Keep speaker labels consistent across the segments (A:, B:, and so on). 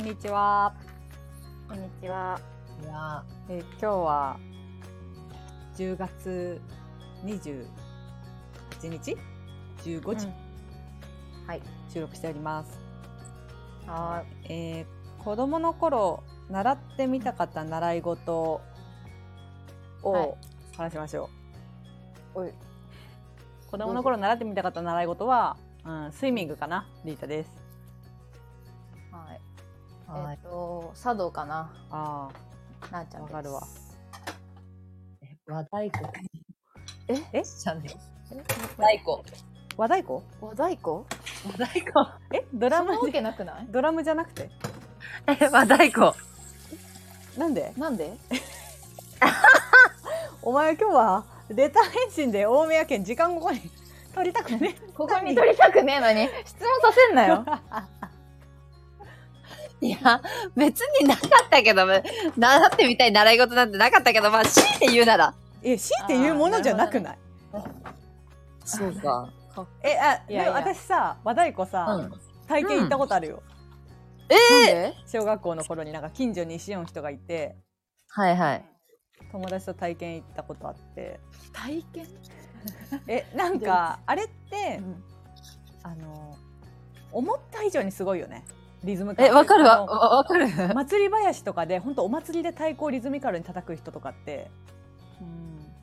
A: にちは。
B: こんにちは。
C: いや
A: えー今日は10月28日15時、
B: うんはい。
A: 収録しております。
B: は
A: えー子供の頃習ってみたかった習い事
B: は
A: を
B: い
A: 話しましょう。
B: おい
A: 子供の頃習ってみたかった習い事は、うん、スイミングかな、リータです。
B: ーい。
C: ーは
B: はい。え
C: い
B: っ、と、茶道かな。
A: あ
B: なあちゃ
A: あ、わ
B: んです。
A: かるわ。
C: 和太鼓
B: え
A: え
C: チャンネル
B: え
C: 和太鼓
A: 和太鼓？
B: 和太鼓
C: 和太鼓
A: え、ドラ
B: そんな
A: ム
B: わ
A: で
B: けなくない
A: ドラムじゃなくて、
C: え和太鼓
A: なんで？
B: なん で
A: お前今日はレター返信で大宮県時間ここに取りたくね
B: ここに取りたくねえのに、質問させんな
A: え
B: よ。
C: いや別になかったけど習ってみたい習い事なんてなかったけどまあ強いて言うなら
A: え強いて言うものじゃなくない
C: そうか
A: えあ
B: いやい
A: で
B: や
A: も私さ和太鼓さ、
C: うん
A: 体験行ったことあるよ、
B: なん
C: ええ
B: で
A: 小学校の頃になんか近所にしおん人がいて
C: はいはい
A: 友達と体験行ったことあって
B: 体験
A: えなんかあれって、
B: うん
A: あの思った以上にすごいよねリズム感
C: えわかるわ
A: あの
C: わわかる
A: 祭り林とかで本当お祭りで太鼓をリズミカルに叩く人とかって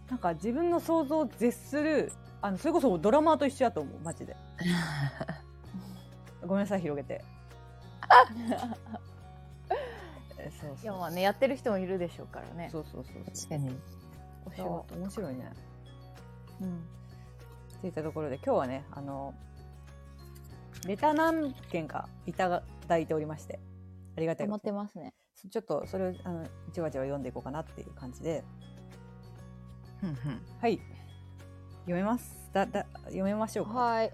A: なんか自分の想像を絶するあのそれこそドラマーと一緒やと思うマジで ごめんなさい広げてえそう
B: いやまあね、やってる人もいるでしょうからね。
A: そうそうそう
C: 確かに
A: お仕事面白いねうんっていったところで今日はねあのレター何件かいただいておりましてありがたいこ
B: 溜まっ
A: と
B: てますね。
A: にちょっとそれをあのじわじわ読んでいこうかなっていう感じではい読めますだだ読めましょうか
B: はい。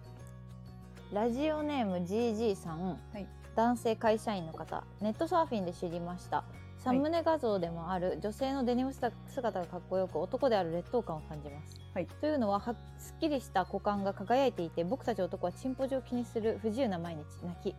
B: ラジオネーム GG さん、
A: はい
B: 男性会社員の方ネットサーフィンで知りましたサムネ画像でもある女性のデニム姿姿がかっこよく男である劣等感を感じます、
A: はい
B: というのははすっきりした股間が輝いていて僕たち男はチンポジを気にする不自由な毎日泣き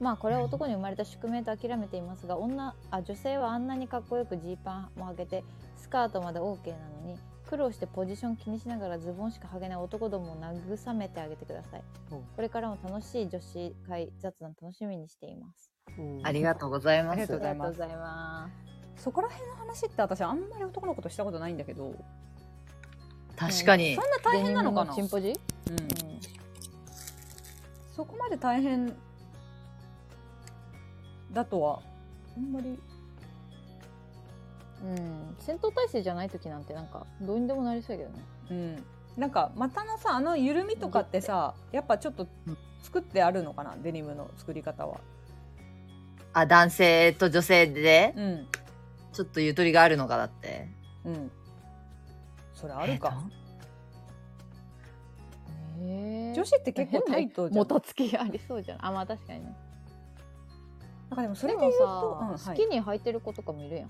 B: まあこれは男に生まれた宿命と諦めていますが女あ女性はあんなにかっこよくジーパンも上げてスカートまで OK なのに苦労してポジション気にしながらズボンしか履けない男どもを慰めてあげてください
A: おう
B: これからも楽しい女子会雑談楽しみにしています。
C: ありがとうございま
A: ありが
C: す
A: とうございます
B: ざいま
A: そこら辺の話って私あんまり男のことしたことないんだけど
C: 確かに
A: そんな大変なのかな
B: デニムチンポジ？
A: うんそこまで大変だとはあんまり
B: うん、うん戦闘態勢じゃない時なんてなんかどうにでもなりそうやけどね。
A: うんなんか股のさあの緩みとかってさやっぱちょっと
C: うん
A: 作ってあるのかなデニムの作り方は
C: あ男性と女性で
A: うん
C: ちょっとゆとりがあるのかだって
A: うんそれあるか、
B: え
A: 女子って結構タイトじゃん
B: もたつきありそうじゃん。あまあ確かにね。
A: なんかでもそ
B: で
A: れで言
B: も
A: うと、うん
B: さ、
A: は
B: 好
A: い
B: きに履いてる子とかもいるやん。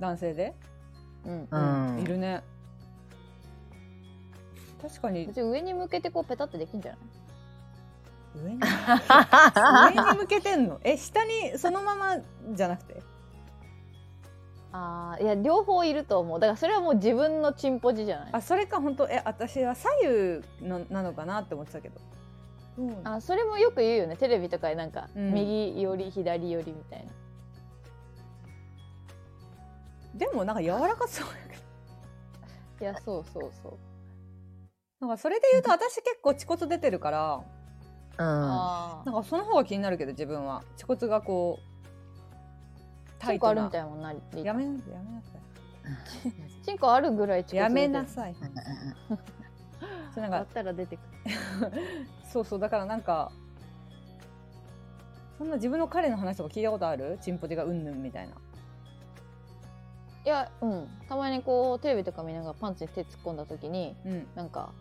A: 男性で、
B: うん
C: え。ーうん
A: いるね確かに
B: 別に上に向けてこうペタってできんじゃない？
A: 上に 上に向けてんのえ下にそのままじゃなくて
B: ああいや両方いると思う。だからそれはもう自分のチンポジじゃない
A: あ？それか本当え私は左右のなのかなって思ってたけど、うん
B: あそれもよく言うよねテレビとかでなんか、
A: うん
B: 右寄り左寄りみたいな
A: でもなんか柔らかそうやけど
B: いやそうそうそう、
A: なんかそれで言うと私結構恥骨出てるから
C: うん
B: ああ
A: なんかその方が気になるけど自分は恥骨がこうタ
B: チン
A: イ
B: コ
A: ト
B: ある
A: な
B: みたいなもんなり
A: やめなさいやめなさ
B: チンコあるぐらいチ
A: い
B: ンコ
A: やめなさい
C: うん
A: そうなん
B: だっ
A: か
B: たら出てく
A: そうそうだからなんかそんな自分の彼の話とか聞いたことあるチンポジがうんぬんみたいな
B: るいやうんたまにこうテレビとか見ながらパンツに手突っ込んだ時に
A: うん
B: なんか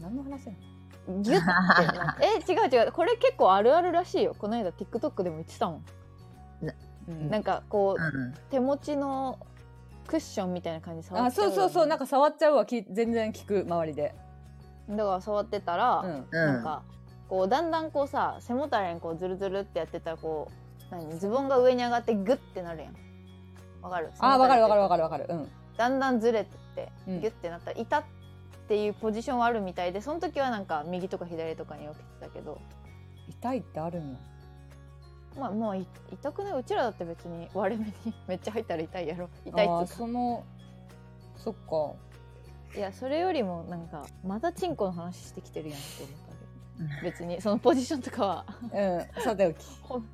A: 何の話なの
B: ギュッて なってえ違う違うこれ結構あるあるらしいよこの間 TikTok でも言ってたもん、
A: うん
B: なんかこう
C: うん
B: 手持ちのクッションみたいな感じで触
A: あ
B: っちゃ
A: そうそうそうなん
B: か
A: か触っちゃうわき全然聞く周りで
B: だから触ってたら、
A: うん
C: う
B: なん
C: ん
B: かこうだんだんこうさ背もたれにこうズルズルってやってたらこう何ズボンが上に上がってグッてなるやんわかる
A: あーわかるわかるわ
B: かる
A: かるわかるうん
B: だんだんずれてって
A: うん
B: ギュッてなったらいたっていうポジションはあるみたいでその時はなんか右とか左とかに分けてたけど
A: 痛いってあるんや
B: まあまあい痛くないうちらだって別に割れ目に めっちゃ入ったら痛いやろ痛いっ
A: あー
B: つう
A: そのそっか
B: かいやそれよりもなんかまたチンコの話してきてるやんって思っ たけど別にそのポジションとかは
A: うんさておき
B: ほん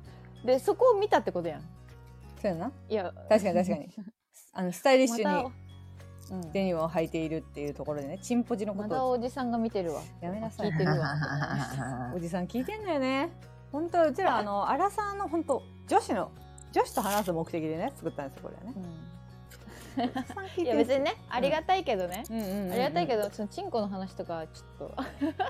B: でそこを見たってことやん
A: そうやない
B: や
A: 確かに確かに あのスタイリッシュに
B: また、うん
A: デニムを履いているっていうところでねチンポジのこ
B: ま
A: と
B: だ
A: を
B: おじさんが見てるわ
A: やめなさい
B: 聞いて るわ
A: おじさん聞いてんだよね本当うちらあの荒さんの本当女子の女子と話す目的でね作ったんですよこれはね
B: う
A: おじさん聞い
B: んいや
A: てる
B: 別にねありがたいけどね、
A: うんうんうんうん
B: ありがたいけどそのチンコの話とかちょっと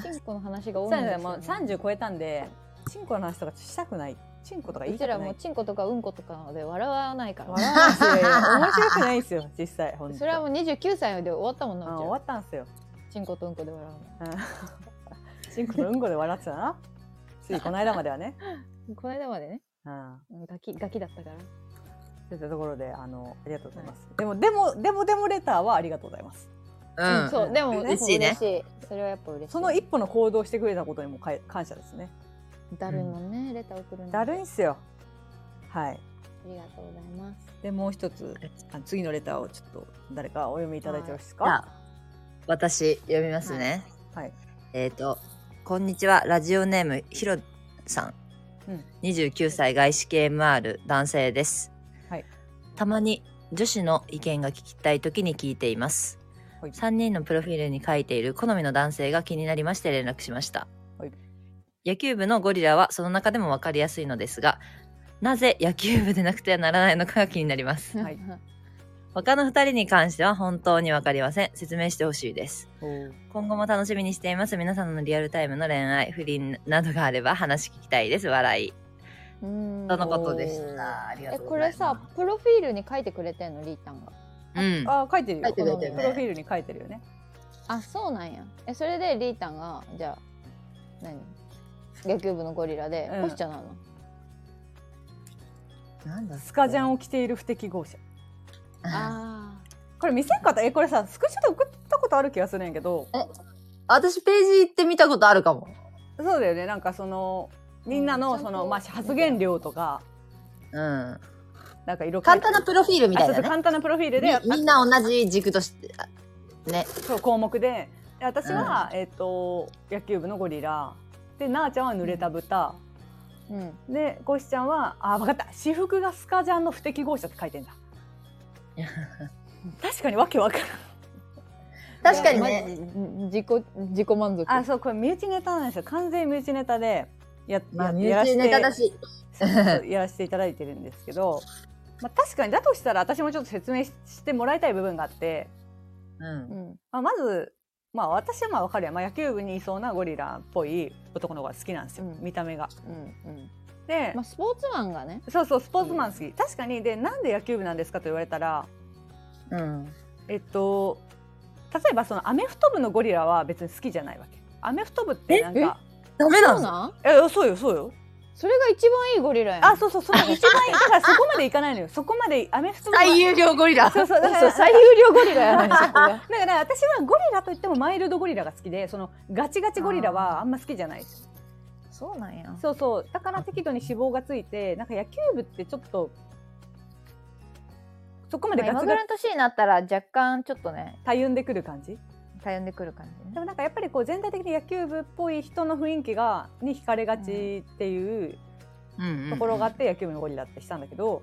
B: チンコの話が多いん
A: そうや
B: です
A: ね
B: よ、ね、
A: もう30超えたんでチンコの話とかしたくないチンコとか言
B: う
A: いた
B: ち
A: くな
B: ら
A: い
B: もうチンコとかうんことかで笑わないから
A: 笑わんし面白くないん ですよ実際本当
B: それはもう29歳で終わったも
A: う
B: ん
A: ん
B: なうち
A: 終わ
B: ら
A: ったんですよ
B: チンコとうんこで笑う
A: うんチンコのうんこで笑ってたなついこの間まではね
B: のこの間までね
A: うん
B: うんガキガキだったから
A: といったところであのありがとうございます、でもでもでもでもレターはありがとうございます
D: うん。
B: そうでも
D: 嬉しいね
B: 嬉しいそれはやっぱ嬉しい
A: その一歩の行動をしてくれたことにもかい感謝ですね
B: だるいもんねレター送るの
A: だるいんすよはい
B: ありがとうございます
A: でもう一つあ次のレターをちょっと誰かお読みいただいてよろしいですか
D: じゃあ私読みますね。
A: はい
D: えっ、とこんにちはラジオネームひろさん、
A: うん
D: 29歳外資系 MR 男性です。
A: はい
D: たまに女子の意見が聞きたいときに聞いています。
A: はい
D: 3人のプロフィールに書いている好みの男性が気になりまして連絡しました、
A: はい
D: 野球部のゴリラはその中でも分かりやすいのですがなぜ野球部でなくてはならないのかが気になります
A: はい
D: 他の2人に関しては本当に分かりません説明してほしいです
A: おー
D: 今後も楽しみにしています皆さんのリアルタイムの恋愛不倫などがあれば話聞きたいです笑い
B: うん
D: とのことでしたありが
B: え
D: とう
B: こ
D: ござい
B: れ
D: ま
B: さ
D: す
B: プロフィールに書いてくれてんのリータンが
D: うん
A: あー書いてるよ
D: 書いて
B: る書いてる
A: プロフィールに書いてるよね
B: あそうなんやえそれでリータンがじゃあ何野球部のゴリラで
A: うん
B: コシちゃんなの
D: なんだ
A: スカジャンを着ている不適合者
D: あ
B: あ
A: これ見せんかったえこれさスクショで送ったことある気がするんやけど
D: 私ページ行って見たことあるかも
A: そうだよねなんかそのみんな
B: う
A: の
B: ん
A: その、まあ、発言量とか
D: うん
A: なんか色々
D: 簡単なプロフィールみたい
A: あそうそう
D: なね
A: 簡単なプロフィールで
D: みみんな同じ軸としてあね
A: そう項目でで私は、えっ、と野球部のゴリラでなあちゃんは濡れた豚、
B: ーうん
A: でこしちゃんはあ分かった私服がスカジャンの不適合者って書いて んだ確かにわけわからん
D: 確かに
B: い
D: ね
B: やマジ自己自己満足
A: あそうこれ身内ネタなんですよ完全に身内ネタでや,、
D: まあ身
A: ややら
D: 内
A: せ
D: ネ
A: て
D: タだし
A: そうそうやらせていただいてるんですけど、まあ、確かにだとしたら私もちょっと説明ししてもらいたい部分があって、
D: うん
B: うん
A: まあ、まず、まあ、私はまあ分かるやん、まあ、野球部にいそうなゴリラっぽい男の子が好きなんですよ、
B: うん
A: 見た目が。
B: うんうん
A: で、
B: まあスポーツマンがね
A: そうそうスポーツマン好き、確かにでなんで野球部なんですかと言われたら
D: うん
A: えっと例えばそのアメフト部のゴリラは別に好きじゃないわけアメフト部ってなんか
D: ダメ
B: そう
D: の
B: なん
A: えそうそうよそうよ
B: それが一番いいゴリラやん
A: あそうそうその一番いいだからそこまでいかないのよそこまでアメフト部の
D: 最優良ゴリラ
A: そうそうだから
B: 最有料ゴリラや ない
A: だから私はゴリラといってもマイルドゴリラが好きでそのガチガチゴリラはあんま好きじゃないです
D: そうなんや
A: そうそうだから適度に脂肪がついてなんか野球部ってちょっとそこまでガ
B: 今
A: ツ
B: ぐら
A: ガ
B: い
A: ツ
B: の年になったら若干ちょっとね
A: たゆんでくる感じ
B: 頼んでくる感じ
A: で
B: ね
A: もなんかやっぱりこう全体的に野球部っぽい人の雰囲気がに惹かれがちっていうと
D: と
A: ころがあって野球部のゴリラってしたんだけど、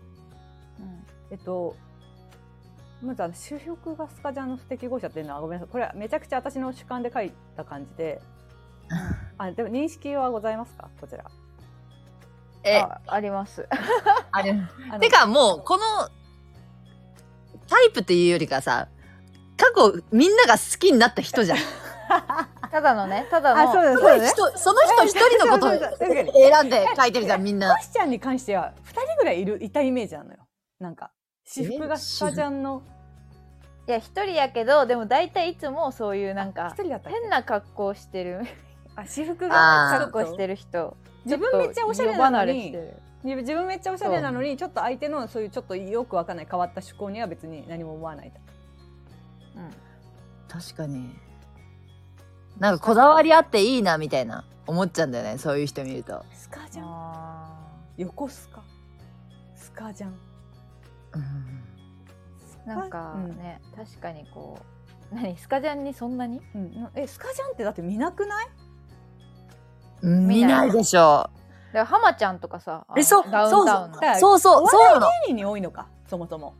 B: うん
A: えっとまずあの主力がスカジャンの不適合者っていうのはごめんなさいこれはめちゃくちゃ私の主観で書いた感じであでも認識はございますかこちら
D: え
B: ああります
D: あれ
A: あの
D: てかもうこのタイプっていうよりかさ過去みんなが好きになった人じゃん
B: ただのねただの
A: あそうだそう
D: そ
A: だ
D: の
A: ね
D: 人その人一人のこと
A: そうそうそう確かに
D: を選んで書いてるじゃんみんな
A: コシちゃんに関しては2人ぐらいいるいたイメージなのよなんか私服がスカジャンの
B: いや一人やけどでも大体いつもそういうなん
A: 1
B: か
A: 人だったっけ
B: 変な格好してる
A: あ私服
D: あ
A: が
D: ー
B: 格好して
A: る
B: る人
A: 自分めっちゃおしゃれなのに
B: ちょっと世離れしてる
A: 自自分めっちゃおしゃれなのにちょっと相手のそういうちょっとよくわかんない変わった趣向には別に何も思わない
D: 確かになんかこだわりあっていいなみたいな思っちゃうんだよねそういう人見ると、
A: スカジャン
B: あ
A: 横スカスカジャンス
B: ー
A: カ
B: なんかね、確かにこう何スカジャンにそんなに
A: うんうんなえスカジャンってだって見なくない
D: うん見ないでしょ
B: だから浜ちゃんとかさあの
D: えそう
B: ダウンタウンの
A: そうそう
D: そうそうそうなの
A: 芸人に多いのかそもそも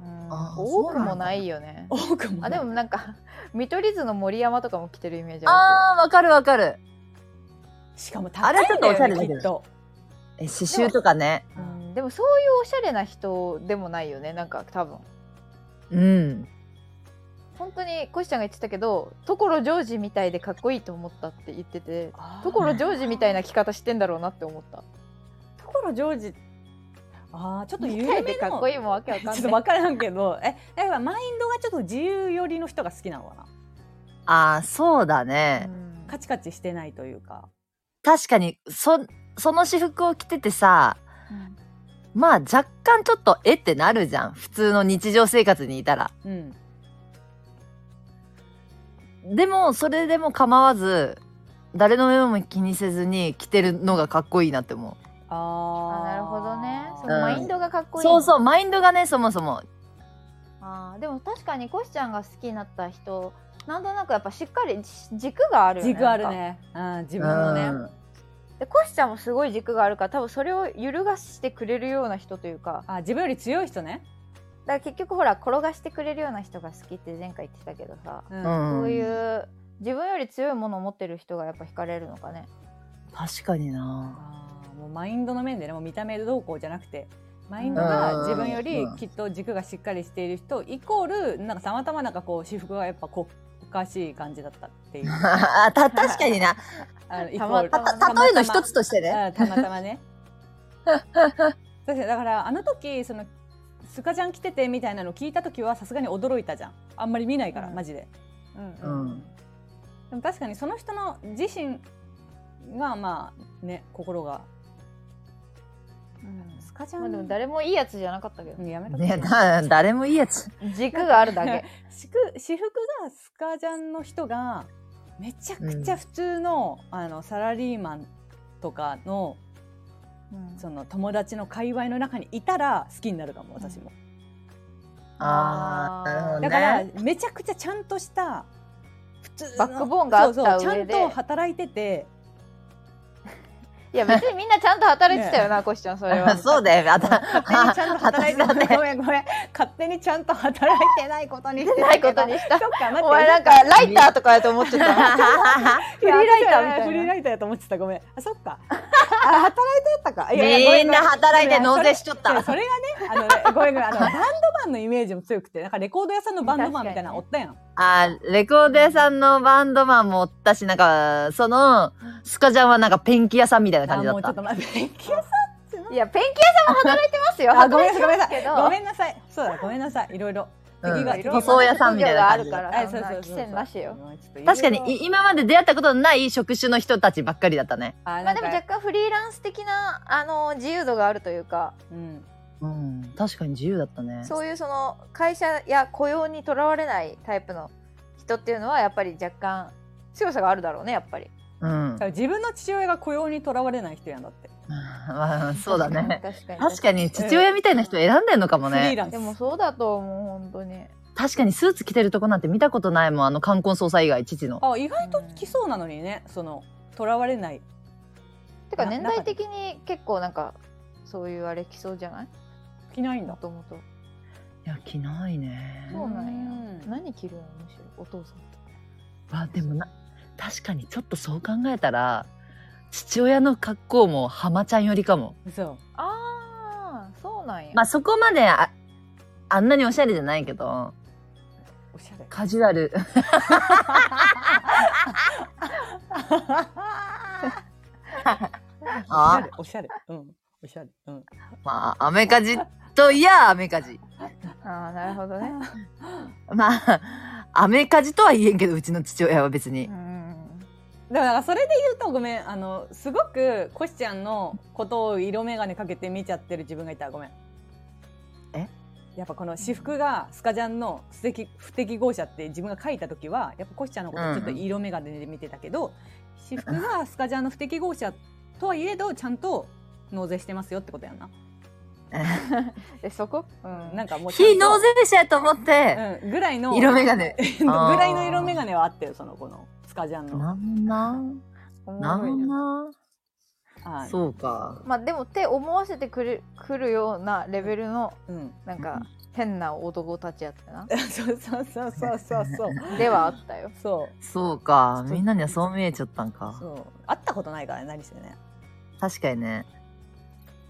B: うん
D: あー
B: 多くもないよね
A: 多くもな
B: あ
A: い
B: でもなんか見取り図の森山とかも来てるイメージあ
D: あーわかるわかる
A: しかも高いんだよ、ね、
D: あれちょっとおしゃれだけど
A: きっと
D: え刺繍とかね
B: るけど、うんでもそういうおしゃれな人でもないよねなんか多分
D: うん
B: 本当にコシちゃんが言ってたけど所ジョージみたいでかっこいいと思ったって言ってて所ジョージみたいな着方してんだろうなって思った
A: ところジョージああちょっと有
B: みた
A: 名
B: いでかっこいいもわけわか
A: ちょっと
B: んな
A: 分
B: い
A: からんけどええマインドがちょっと自由寄りの人が好きなのかな
D: ああそうだね、
B: うん
A: カチカチしてないというか
D: 確かにそその私服を着ててさまあ若干ちょっとえってなるじゃん普通の日常生活にいたら
A: うん
D: でもそれでも構わず誰の目も気にせずに着てるのがかっこいいなって思
A: あ
B: あ
A: あ
B: なるほどねそ
D: うん
B: のマインドがかっ
D: う
B: こいいの、
D: そうそうマインドがねそもそも
B: あーでも確かにコシちゃんが好きになった人なんとなくやっぱしっかりじ軸があるよね
A: 軸ある
B: なんか
A: ね、うん、自分のね、
D: うん
B: でコシちゃんもすごい軸があるから多分それを揺るがしてくれるような人というか
A: あ自分より強い人ね、
B: だから結局ほら転がしてくれるような人が好きって前回言ってたけどさ、
A: う
D: うんん
B: そういう自分より強いものを持ってる人がやっぱ惹かれるのかね
D: 確かにな
A: あーもうマインドの面でねもう見た目どうこうじゃなくてマインドが自分よりきっと軸がしっかりしている人イコールなんかたまたまなんかこう私服がやっぱこうおかしい感じだったっていう
D: あた確かにな
A: あのイコ
B: た
A: ー
B: ま
A: ル
B: たま
D: た例えの一つとしてね
A: あたまたま ね確かにだからあの時そのスカジャン着ててみたいなの聞いた時はさすがに驚いたじゃんあんまり見ないから、
B: うん
A: マジで
B: うん
D: うん、
A: でも確かにその人の自身がまあね心がスカジャン、
B: まあ、でも誰もいいやつじゃなかったけど、
A: うんやめろ
D: いやだ誰もいいやつ
B: 軸があるだけ
A: 私服私服がスカジャンの人がめちゃくちゃ普通の,、あのサラリーマンとかの
B: うん
A: その友達の界隈の中にいたら好きになるかも私も、
D: あーなるほどね
A: だからめちゃくちゃちゃんとした普通の
B: バックボーンがあった
A: そうそう
B: 上で
A: ちゃんと働いて て
B: いや別にみんなちゃんと働いてたよな、コシちゃんそれは
D: そうだよあた
A: 勝手にちゃんと働いて
D: 私だね
A: ごめんごめん勝手にちゃんと働いてないことにして
B: ないことにし
A: そったか待って
B: お前なんかライターとかやと思ってた
A: フリーライターみたい
B: いや
A: な。フリーライターやと思ってた。ごめん。あ、そっ か。あ、働いてたか。いやいやごめ
D: みんな働いて納税しちゃっ
A: ごめん
D: た
A: それそれがね、あのね、ごめんごめん。あ の、バンドマンのイメージも強くて、なんかレコード屋さんのバンドマンみたいなのお ったやん。
D: あーレコード屋さんのバンドマンもおったしなんかそのスカジャンはなんかペンキ屋さんみたいな感
A: あ、
D: じだ
A: も
D: っ
A: うちょっと
D: た
A: 待って。 勉強さ
B: いやペンキ屋さんも働いてますよ
A: あ、ごめん
B: 働い
A: な
B: て
A: さい、
B: ま
A: ごめんな
B: す
A: さ
B: け
A: い。
B: ど
A: ごめんなさい。そうだ、ごめんなさい。いろいろ。
D: うん
A: 敵が敵が
D: 塗装屋さんみたいな
B: あ
D: 感
B: る
D: じ
B: から
A: あ
B: そんな規制なしよ。
D: 確かに
A: い。
D: い今まで出会ったことのない職種の人たちばっかりだったね
A: あ、
B: ま
A: な
B: あ
A: ん
B: でも
A: か
B: 若、干フリーランス的なあの自由度があるというか
A: うん。
D: うん確かに自由だったね
B: そういうその会社や雇用にとらわれないタイプの人っていうのはやっぱり若干強さがあるだろうねやっぱり。
D: うん
A: だから自分の父親が雇用にとらわれない人やんだって。
D: まあそうだね
B: 確かに
D: 確かに父親みたいな人選んでんのかも
A: フリー
D: ね
A: ランス。
B: でもそうだと思う本当に。
D: 確かにスーツ着てるとこなんて見たことないもんあの冠婚葬祭以外父の
A: あ、意外と来そうなのにね、その、とらわれない。
B: てか
A: な
B: 年代的に結構なんかそういうあれ来そうじゃない
A: 着ないん
B: も
A: だ。
B: ともと。
D: いや着ないね
B: そうなんや
A: ん
B: 何着るのむしろお父さん。
D: あでもな確かにちょっとそう考えたら父親の格好も浜ちゃんよりかも
A: そう。
B: ああそうなんや。
D: まあそこまでああんなにおしゃれじゃないけど
A: おしゃれ。
D: カジュアル
A: おしゃ
D: あ
A: れ。おしゃれ。うん。おしゃれ。うん。
D: まあアメカジといやアメカジ
B: ああなるほどね。
D: まあアメカジとは言えんけどうちの父親は別に
B: うん
A: だからそれで言うとごめんあのすごくコシちゃんのことを色眼鏡かけて見ちゃってる自分がいたごめん
D: え
A: やっぱこの私服がスカジャンの不適不適合者って自分が書いた時はやっぱコシちゃんのことをちょっと色眼鏡で見てたけ ど、私服がスカジャンの不適合者とはいえどちゃんと納税してますよってことやんな、
B: えそこ
A: うん、なんかもうちゃんと
D: 非納税者やと思って、
A: うん、ぐらいの
D: 色眼鏡。
A: ぐらいの色眼鏡はあってるそのこのスカジャンの
D: なんなん
B: おも
D: な
B: ろい
D: ん
B: な
D: な
A: はい
D: そうか。
B: まあでもって思わせてくるくるようなレベルの
A: うん、
B: なん
D: う
B: か
D: ん
B: 変な男たちやったな
A: そうそうそうそうそうそう
B: ではあった よ
A: そう
D: そうか。みんなにはそう見えちゃったんか。
A: そう会ったことないからね何してね
D: 確かにね。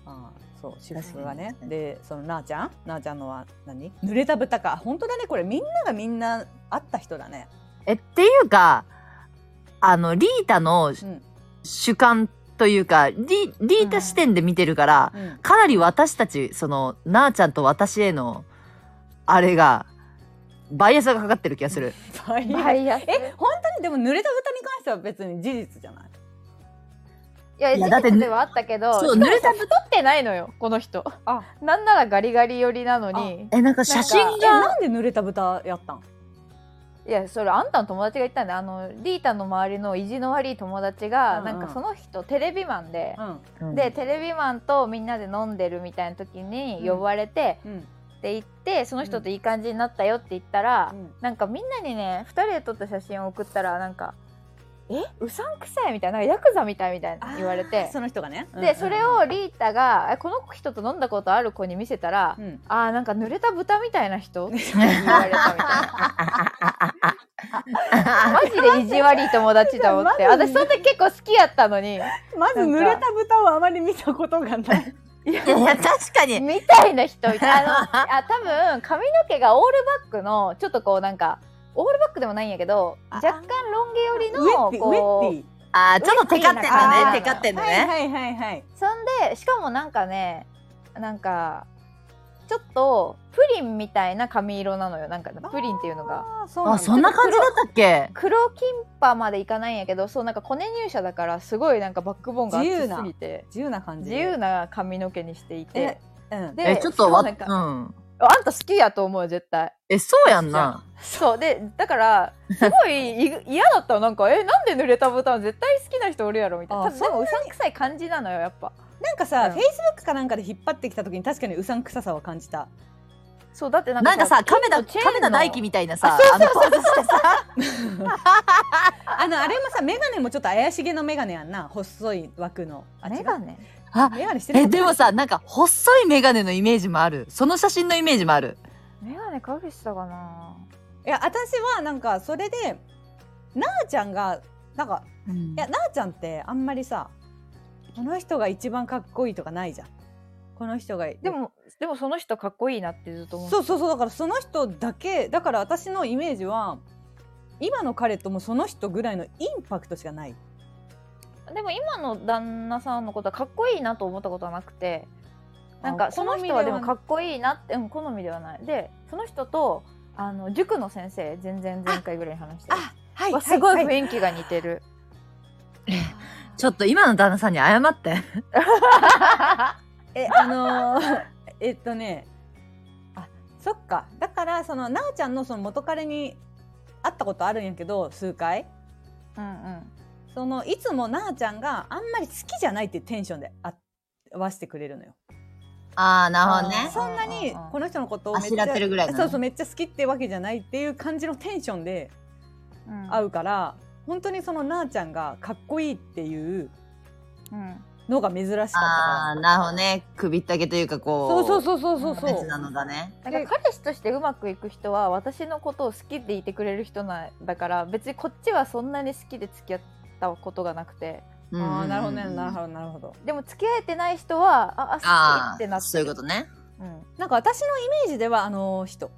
A: ああそう私服がね
D: 確かに
A: でそのなあちゃんなあちゃんのは何濡れた豚か本当だねこれみんながみんな会った人だね
D: え、っていうか、あの、リータの
A: うん
D: 主観というか、リ、リータ視点で見てるから、
A: うん
D: かなり私たち、その、なあちゃんと私への、あれが、バイアスがかかってる気がする。
A: 最悪
B: バイアス
A: え本当にでも濡れた豚に関しては別に事実じゃない
B: いや
D: いやだって
B: 事実ではあったけど
D: そう濡れ
B: しか
D: た
B: もさ太ってないのよこの人
A: あ
B: なんならガリガリ寄りなのに
D: え、なんか写真
A: え
D: が、
A: なんで濡れた豚やったん
B: いやそれあんたの友達が言ったんだあのリータの周りの意地の悪い友達が、
A: うんうん
B: なんかその人テレビマンで、
A: うん
B: でテレビマンとみんなで飲んでるみたいな時に呼ばれて、
A: うん
B: って言ってその人といい感じになったよって言ったら、
A: うん
B: なんかみんなにね2人で撮った写真を送ったらなんか「えうさんくさい」みたいななんかヤクザみたいみたいな言わ
A: あ
B: れて
A: ーその人がねうんうんうん
B: でそれをリータがえこの人と飲んだことある子に見せたら
A: う
B: 「
A: ん
B: あーなんか濡れた豚みたい な人?」って言われたみたいなマジで意地悪い友達と思って
A: マジで
B: 私その時結構好きやったのに
A: まず濡れた豚をあまり見たことがない
D: いやいや、確かに。
B: みたいな人 みたいなあのあ多分髪の毛がオールバックのちょっとこうなんかオールバックでもないんやけど
A: あ
B: 若干ロン毛寄り
A: ウェッ
B: の
A: ティウェッ
B: こ
A: テ
B: う
A: ィ
D: あー、ちょっとテカってんだね。
B: ウェッティーな
D: テカってんだ
A: はい
D: ね。
A: はいはいはい
B: そんでしかもなんかねなんかちょっとプリンみたいな髪色なのよなんかプリンっていうのが
A: あーそうなん
D: あ、
A: だ
D: そんな感じだったっけ
B: 黒キンパまでいかないんやけどそうなんかコネ入社だからすごいなんかバックボーンが
A: 自由
B: 厚
A: な
B: すぎて
A: 自由な感じ
B: 自
A: で
B: 由な髪の毛にしていて
A: えうん
B: で
D: え、ちょっとわ、
B: しかも
D: う
B: なんか
D: ん。
B: あんた好きやと思うよ絶対
D: え、そうやんな。
B: そうでだからすごいい嫌だったのなんかえなんで濡れたボタン絶対好きな人おるやろみたいな
A: あ
B: 多分でもうさんくさい感じなのよやっぱ
A: なんかさ、
B: うん
A: フェイスブックかなんかで引っ張ってきた時に確かにうさんくささは感じた。
B: そうだってなんか
D: なんかさ、亀田、
B: 金のチェーンの
D: 亀田大輝みたいなさ、あのポーズしてさ、
A: あのあれもさメガネもちょっと怪しげのメガネやんな細い枠の。あ
B: メガ
A: 違う
B: ネ
D: あ
A: メガネしてる
D: え、でもさ、なんか、細いメガネのイメージもある。その写真のイメージもある。
B: メガネかけてたかない
A: や私はなんかそれでなあちゃんがなんかいやなあちゃんってあんまりさこの人が一番かっこいいとかないじゃん。この人が
B: でもでもその人かっこいいなってずっと思って
A: そうそうそうだからその人だけだから私のイメージは今の彼ともその人ぐらいのインパクトしかない。
B: でも今の旦那さんのことはかっこいいなと思ったことはなくてなん
A: あ
B: かその人はでもか
A: 好
B: っこいいなってうん好みではないでその人とあの塾の先生全然前回ぐらいに話してる
A: あはい
B: わすごい雰囲気が似 てる、
D: ちょっと今の旦那さんに謝って。
A: えあのーえっとねあそっかだからそのなあちゃんのその元彼に会ったことあるんやけど数回
B: うんうん
A: そのいつもなあちゃんがあんまり好きじゃないっていうテンションであ会わせてくれるのよ
D: あー、なるほど
B: あ
D: ね
B: ー。
A: そんなにこの人のことをめっち
D: あしら
A: ゃ
D: ってるぐらいのね
A: そうそうめっちゃ好きってわけじゃないっていう感じのテンションで
B: うん
A: 会うから、本当にそのなあちゃんがかっこいいっていう
B: うん
A: のが珍しかった
D: あ
A: か
D: ー、なるほどね。首ったけというか、こ
A: らそう
D: う。
A: そう
D: う
A: そうそうそうそう
D: 別なのだね。
B: なんか彼氏としてうまくいく人は私のことを好きでいてくれる人なんだから別にこっちはそんなに好きで付き合ったことがなくて
D: うんうんうん
A: ああなるほどねなるほどなるほど
B: でも付き合えてない人はああ好
D: あ
B: きってな
D: ー、
B: って
D: そういうことね。
B: うん
A: なんか私のイメージではあの人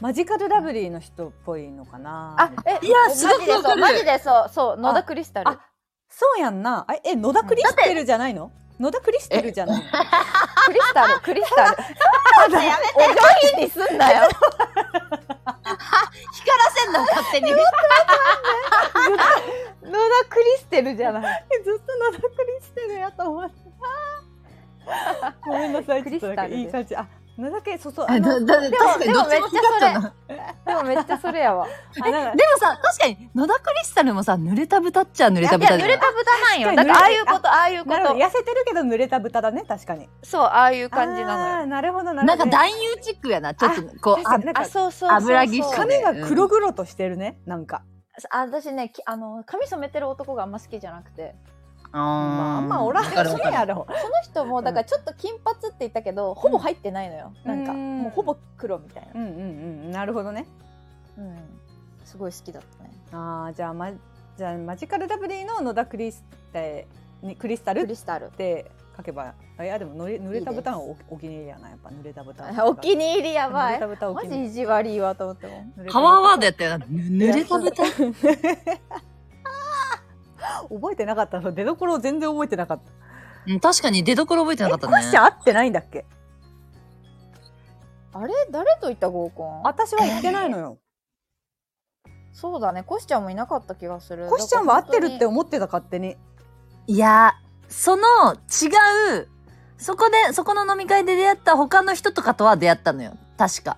A: マジカルラブリーの人っぽいのかな
B: あえ
D: いや
B: マジ
D: すごく
B: で
D: わか
B: そう
D: る
B: マジでそうそう野田クリスタル
A: あそうやんなあえ野田クリステルじゃないの野田クリステルじゃないの
B: クリスタルクリスタル
D: やめて
B: お上品にすんなよ
D: 光らせんの、勝手に。
B: リステルじゃない
A: ずっとのどくりしてるやと思ってあーごめんなさいちょっとなんかいい感じあのだけそうそうあ
D: あ
A: の
D: だだ確かにどっちも気になっちゃうな
B: でもめっちゃそれやわ
A: あなんか
D: でもさ確かに野田クリスタルもさ濡れた豚っちゃ濡れた
C: いや
D: 豚
C: 濡
D: じゃ
C: れ
D: ん
C: た豚なんよ
A: 確か
C: だ
A: に
C: からああいうことああいうこ
A: なるほ
C: と
A: ど痩せてるけど濡れた豚だね確かに
C: そうああいう感じなの
A: あ
C: よ
A: ーなるほどなる
D: な
A: ほ
D: ん
A: ど
D: か
A: ね、
D: 男優チックやなちょっとこう
A: 確か
D: あ
A: になん
C: あ
A: か
C: そうそうそうそう
D: 油ぎっしょ
C: そう
D: ね
A: 髪が黒々としてるねなんか
B: あ私ねきあの髪染めてる男があんま好きじゃなくて
A: まああんまおらんし
D: わかるわかる
A: やろ
B: その人もだからちょっと金髪って言ったけど、ほぼ入ってないのよなんか
A: うん
B: もうほぼ黒みたいな
A: う、んうんうんなるほどね
B: うん、すごい好きだったね
A: あーじゃあ,、ま、じゃあマジカルラブリーの野田クリステにクリスタル
B: ク
A: っ
B: リスタル
A: て書けばあいやでも濡れ濡れた豚はおお気に入りやなやっぱ濡れた豚
B: お気に入りやば
A: 濡れ
B: い
A: た豚お
B: マ
A: 気に
B: ジ
A: 入
B: 意地悪いわと思っても
A: り
D: パワーワードやったよな濡れた豚
A: 覚えてなかったの出所を全然覚えてなかった
D: うん確かに出所覚えてな
A: え
D: か
A: コ
D: った
A: ッシャ会
D: ね
A: ってないんだっけ
B: あれ誰と行った合コン
A: 私は行ってないの よ
B: そうだねコシちゃんもいなかった気がする
A: コシちゃんは会ってるって
B: だか
A: 思ってた勝手に
D: いやその違うそこでそこの飲み会で出会った他の人とかとは出会ったのよ確か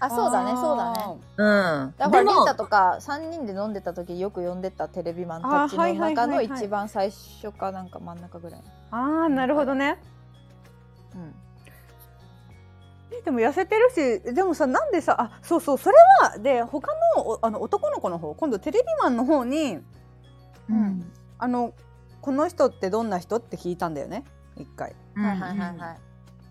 D: ら
B: 本当にあそうだねそうだね
D: うん
B: だからリータとか3人で飲んでた時よく呼んでたテレビマンた
A: あ
B: ち
A: は
B: の
A: いはい
B: 中
A: はい
B: の
A: はい
B: 一番最初かなんか真ん中ぐらい、
A: ああなるほどね
B: うん、
A: えでも痩せてるしでもさなんでさあそうそうそれはで他のおあの男の子の方今度テレビマンの方に
D: うん
A: あのこの人ってどんな人って聞いたんだよね一回
B: はいはいはいはい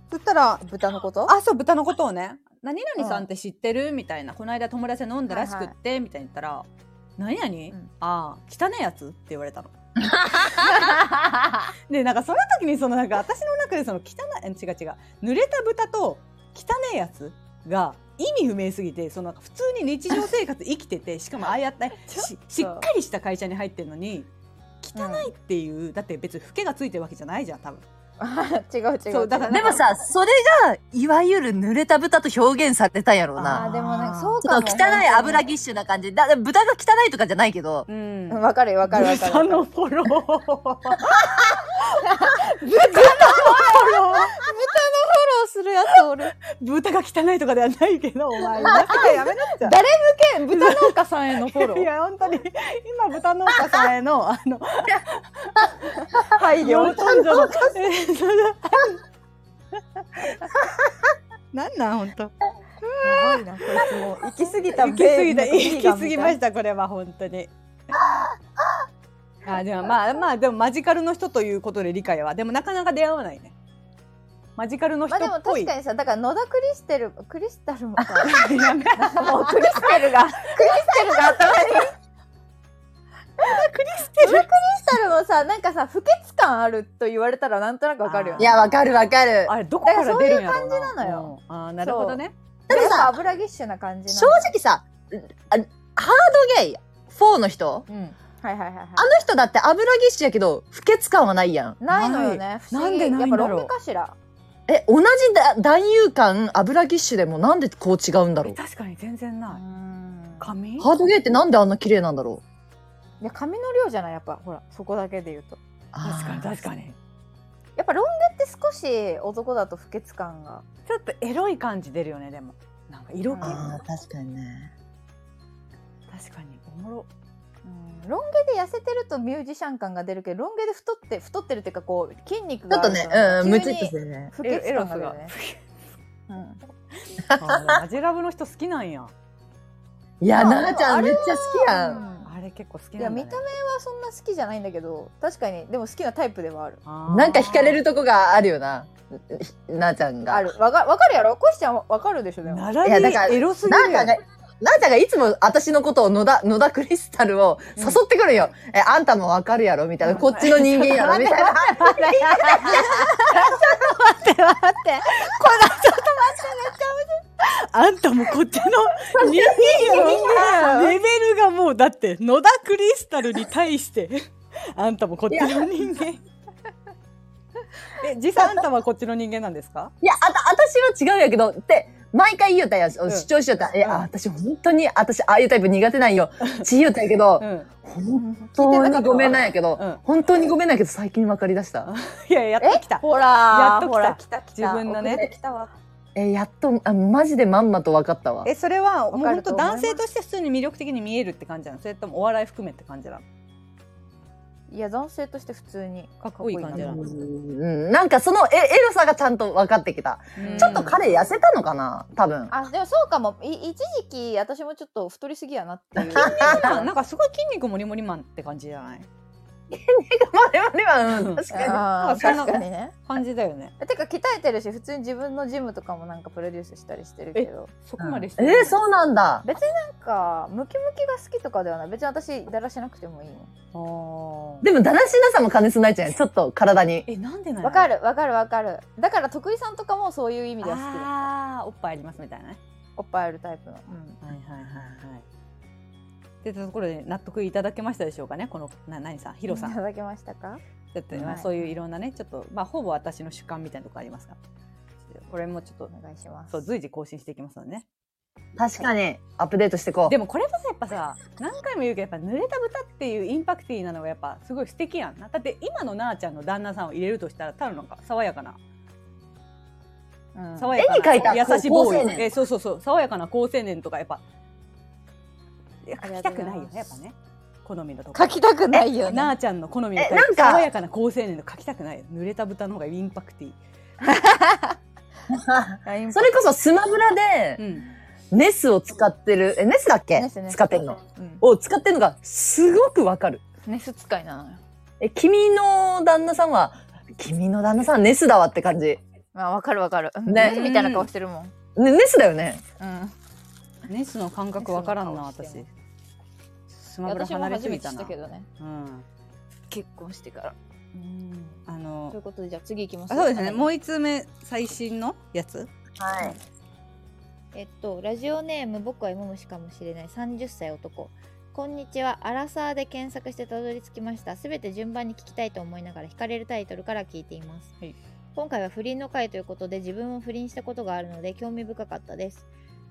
A: そしたら
B: 豚のこと
A: あそう豚のことをね「何々さんって知ってる?」みたいな「この間友達で飲んだらしくって」みたいに言ったら「何々、
B: ん
A: ああ汚いやつ?」って言われ たの。でなんかその時にそのなんか私の中でその汚いえ違う違う濡れた豚と汚いやつが意味不明すぎてそのなんか普通に日常生活生きて てしかもああやってししっかりした会社に入ってるのに汚いっていう、だって別にフケがついてるわけじゃないじゃん多分。
B: 違う違う
A: そうだから
D: でもさそれがいわゆる濡れた豚と表現されたんやろう
B: あ
D: な
B: ーでもなんかそう
D: ちょ
B: か
D: っ
B: も
D: と汚い油ぎっしゅな感じだ豚が汚いとかじゃないけど
A: うん
B: うんわかるよわかる わかる
A: 豚のフォロー。豚のフォロ
B: するやつおる
A: ー。豚が汚いとかではないけど、お前。やめてやめなっちゃ
B: 豚農家さんへのフォロ
A: い
B: ー
A: や、本当に、今、豚農家さんへの、あ の、
B: 配
A: 養
B: 慮
A: 豚場の。えそれなんなん、本当。
B: やばいなこいつもう行き過ぎた
A: 行き過ぎた、行き過ぎましたた、これは、本当に。あ、でも、まあ、まあ、でも、マジカルの人ということで、理解は、でも、なかなか出会わないね。マジカルの人
B: まあ
A: っ
B: でも
A: ぽい。
B: 確かにさだから野田クリステルクリスタ ルもさ
A: やめ
B: もうクリステルがクリステルが頭に野田クリステルもさなんかさ不潔感あると言われたらなんとなくわかるよ
A: い
D: い
B: ね
D: やわかるわかる
A: あれどこから出るんやろうな。
B: だからそういう感じなの
A: う
B: よ
A: ん。あーなるほどね。
D: だってさ
B: 油ぎっしゅな感じな
D: 正
B: の
D: 直さあハードゲイ4の人
A: うん。
B: はいはいはいはい
D: あの人だって油ぎっしゅやけど不潔感はないやん
B: ないのよね不思議
A: なんでないんだろう
B: やっぱロン毛かしら
D: え同じだ男優感油ぎっしゅでもなんでこう違うんだろう
A: 確かに全然ない。髪？
D: ハードゲイってなんであんな綺麗なんだろう
B: いや髪の量じゃないやっぱほらそこだけで言うと
A: 確かに
D: あー
A: 確かに。
B: やっぱロン毛って少し男だと不潔感が
A: ちょっとエロい感じ出るよねでも。なんか色気。確
D: あー確かにね
A: かにおもろ。
B: うんロン毛で痩せてるとミュージシャン感が出るけどロン毛で太って太ってるっていうかこう筋肉
D: ちょ
B: が
D: っ
B: あ
D: と
B: る
D: ねう
B: 急
D: んむ
B: に
D: ちっとするね
B: 不
A: エ
B: 潔
A: ロ
B: 感
A: ス
B: が出る
A: が
B: ね。うん
A: あーマジラブの人好きなんや。
D: いや
B: あ
D: 奈々ちゃ
B: あ
D: ん
B: れ
D: めっ
B: は
D: ちゃ好きやん
B: うん
A: あれ結構好き
B: いや
A: なんだね。
B: 見た目はそんな好きじゃないんだけど確かにでも好きなタイプではある
A: あー
D: なんか惹かれる。とこがあるよなひ奈々ちゃんが
B: あるわかわかるやろコシちゃんわかるでしょでも
A: 並
D: いやだ
A: び
D: から
A: エロすぎ
D: な
A: る
D: んか
A: やん。
D: ね、なーちゃんがいつも私のことを野田、野田クリスタルを誘ってくるよ。え、あんたもわかるやろみたいな、こっちの人間やろみたいな。
B: 待って待って待って
A: あんたもこっちの人間やろレベルがもうだって野田クリスタルに対してあんたもこっちの人 間 え実際あんたはこっちの人間なんですか
D: いや、あた、私は違うんやけど、って、毎回言いよったやん、
A: ん
D: 主張しよった。え、
A: うん
D: あ、私本当に、私ああいうタイプ苦手なんよ。ち言いよったんやけど、
A: うん
D: 本当にごめんなんやけど、
A: うん
D: 本当にごめんなんやけど、最近分かりだした。
A: いややってきた
E: ほら
A: やっと来た
E: ほら来た来た
A: 自分のね
E: 遅れてきたわ
D: え、やっと、あマジでまんまと分かったわ。
A: えそれはも
E: わか
A: う本
E: ると
A: 当
E: 思います
A: 男性として普通に魅力的に見えるって感じなのそれともお笑い含めって感じなの
B: いや男性として普通に
A: かっこいい感じな
D: う
A: の
D: ん、なんかそのえエロさがちゃんと分かってきた。
A: うん
D: ちょっと彼痩せたのかな多分。
B: あでもそうかもい一時期私もちょっと太りすぎやなっていう
A: まあ なんかすごい筋肉もりもりマンって感じじゃない
D: 我々は、うん、確かに。
B: あー
A: そんな
B: 確かにね
A: 感じだよね
B: てか鍛えてるし普通に自分のジムとかもなんかプロデュースしたりしてるけど
A: そこまでして
D: えー、そうなんだ。
B: なんかムキムキが好きとかではない別に私だらしなくてもいいもん
A: う
D: でも、だらしなさも兼ね備えちゃうよちょっと体に。
A: えなんでなの
B: わかるわかるわかるだから徳井さんとかもそういう意味では好きだ
A: あーおっぱいありますみたいなね
B: おっぱいあるタイプの、うん
A: はいはいはいはいってところで納得いただけましたでしょうかねこのな何さんヒロさん
B: いただけましたか
A: だって、
B: はい
A: まあそういういろんなねちょっとまあほぼ私の主観みたいなとこありますからちょっとこれもちょっと
B: お願いします
A: そう随時更新していきますのでね
D: 確かに。アップデートしてこう。
A: でもこれもさやっぱさ何回も言うけどやっぱ濡れた豚っていうインパクティーなのがやっぱすごい素敵やんなだって今のなあちゃんの旦那さんを入れるとしたらただなんか爽やかな
B: うん
A: 爽やかな
D: 絵に描いた
A: 優しいボー
D: こう好青
A: イ
D: 年
A: えそうそうそう爽やかな好青年とかやっぱいや
B: あり
A: 描き
B: がと
A: た
B: うご
A: く
B: ざいま
A: ない
B: す
A: よねやっぱね好みのとこ
B: 書きたくないよね
A: なあちゃんの好みの
D: え
A: タイ
D: な
A: プ
D: んか
A: 爽やかな好青年の描きたくないよ濡れた豚の方がインパクティー
B: ライン
D: それこそスマブラで、
A: うん
D: ネスを使ってる、え、ネスだっけ
B: ネスネス
D: 使ってんの。
B: うん
D: を使ってるのが、すごくわかる。
B: ネス使いなのよ
D: え、君の旦那さんは、君の旦那さんはネスだわって感じ。ね、
B: まあわかるわかる、うん
D: ね
B: ネスみたいな顔してるもん、
D: ネスだよね。
B: うん、
A: ネスの感覚わからんな
B: ネスの
A: 私
B: 顔してる
A: スマブラ
B: 私も
A: 離れ
B: 初
A: す
B: め
A: ぎ
B: て
A: た
B: し
A: な
B: たけどね
A: うん
B: 結婚してからうん
A: あ
B: とい
A: の
B: うことでじゃあ次いきます
A: あそうですね
B: はい
A: もう一通目最新のやつ
D: はい。
B: えっと、ラジオネーム僕は芋虫かもしれない30歳男。こんにちは。アラサーで検索してたどり着きました。すべて順番に聞きたいと思いながら惹かれるタイトルから聞いています。
A: はい
B: 今回は不倫の回ということで自分も不倫したことがあるので興味深かったです。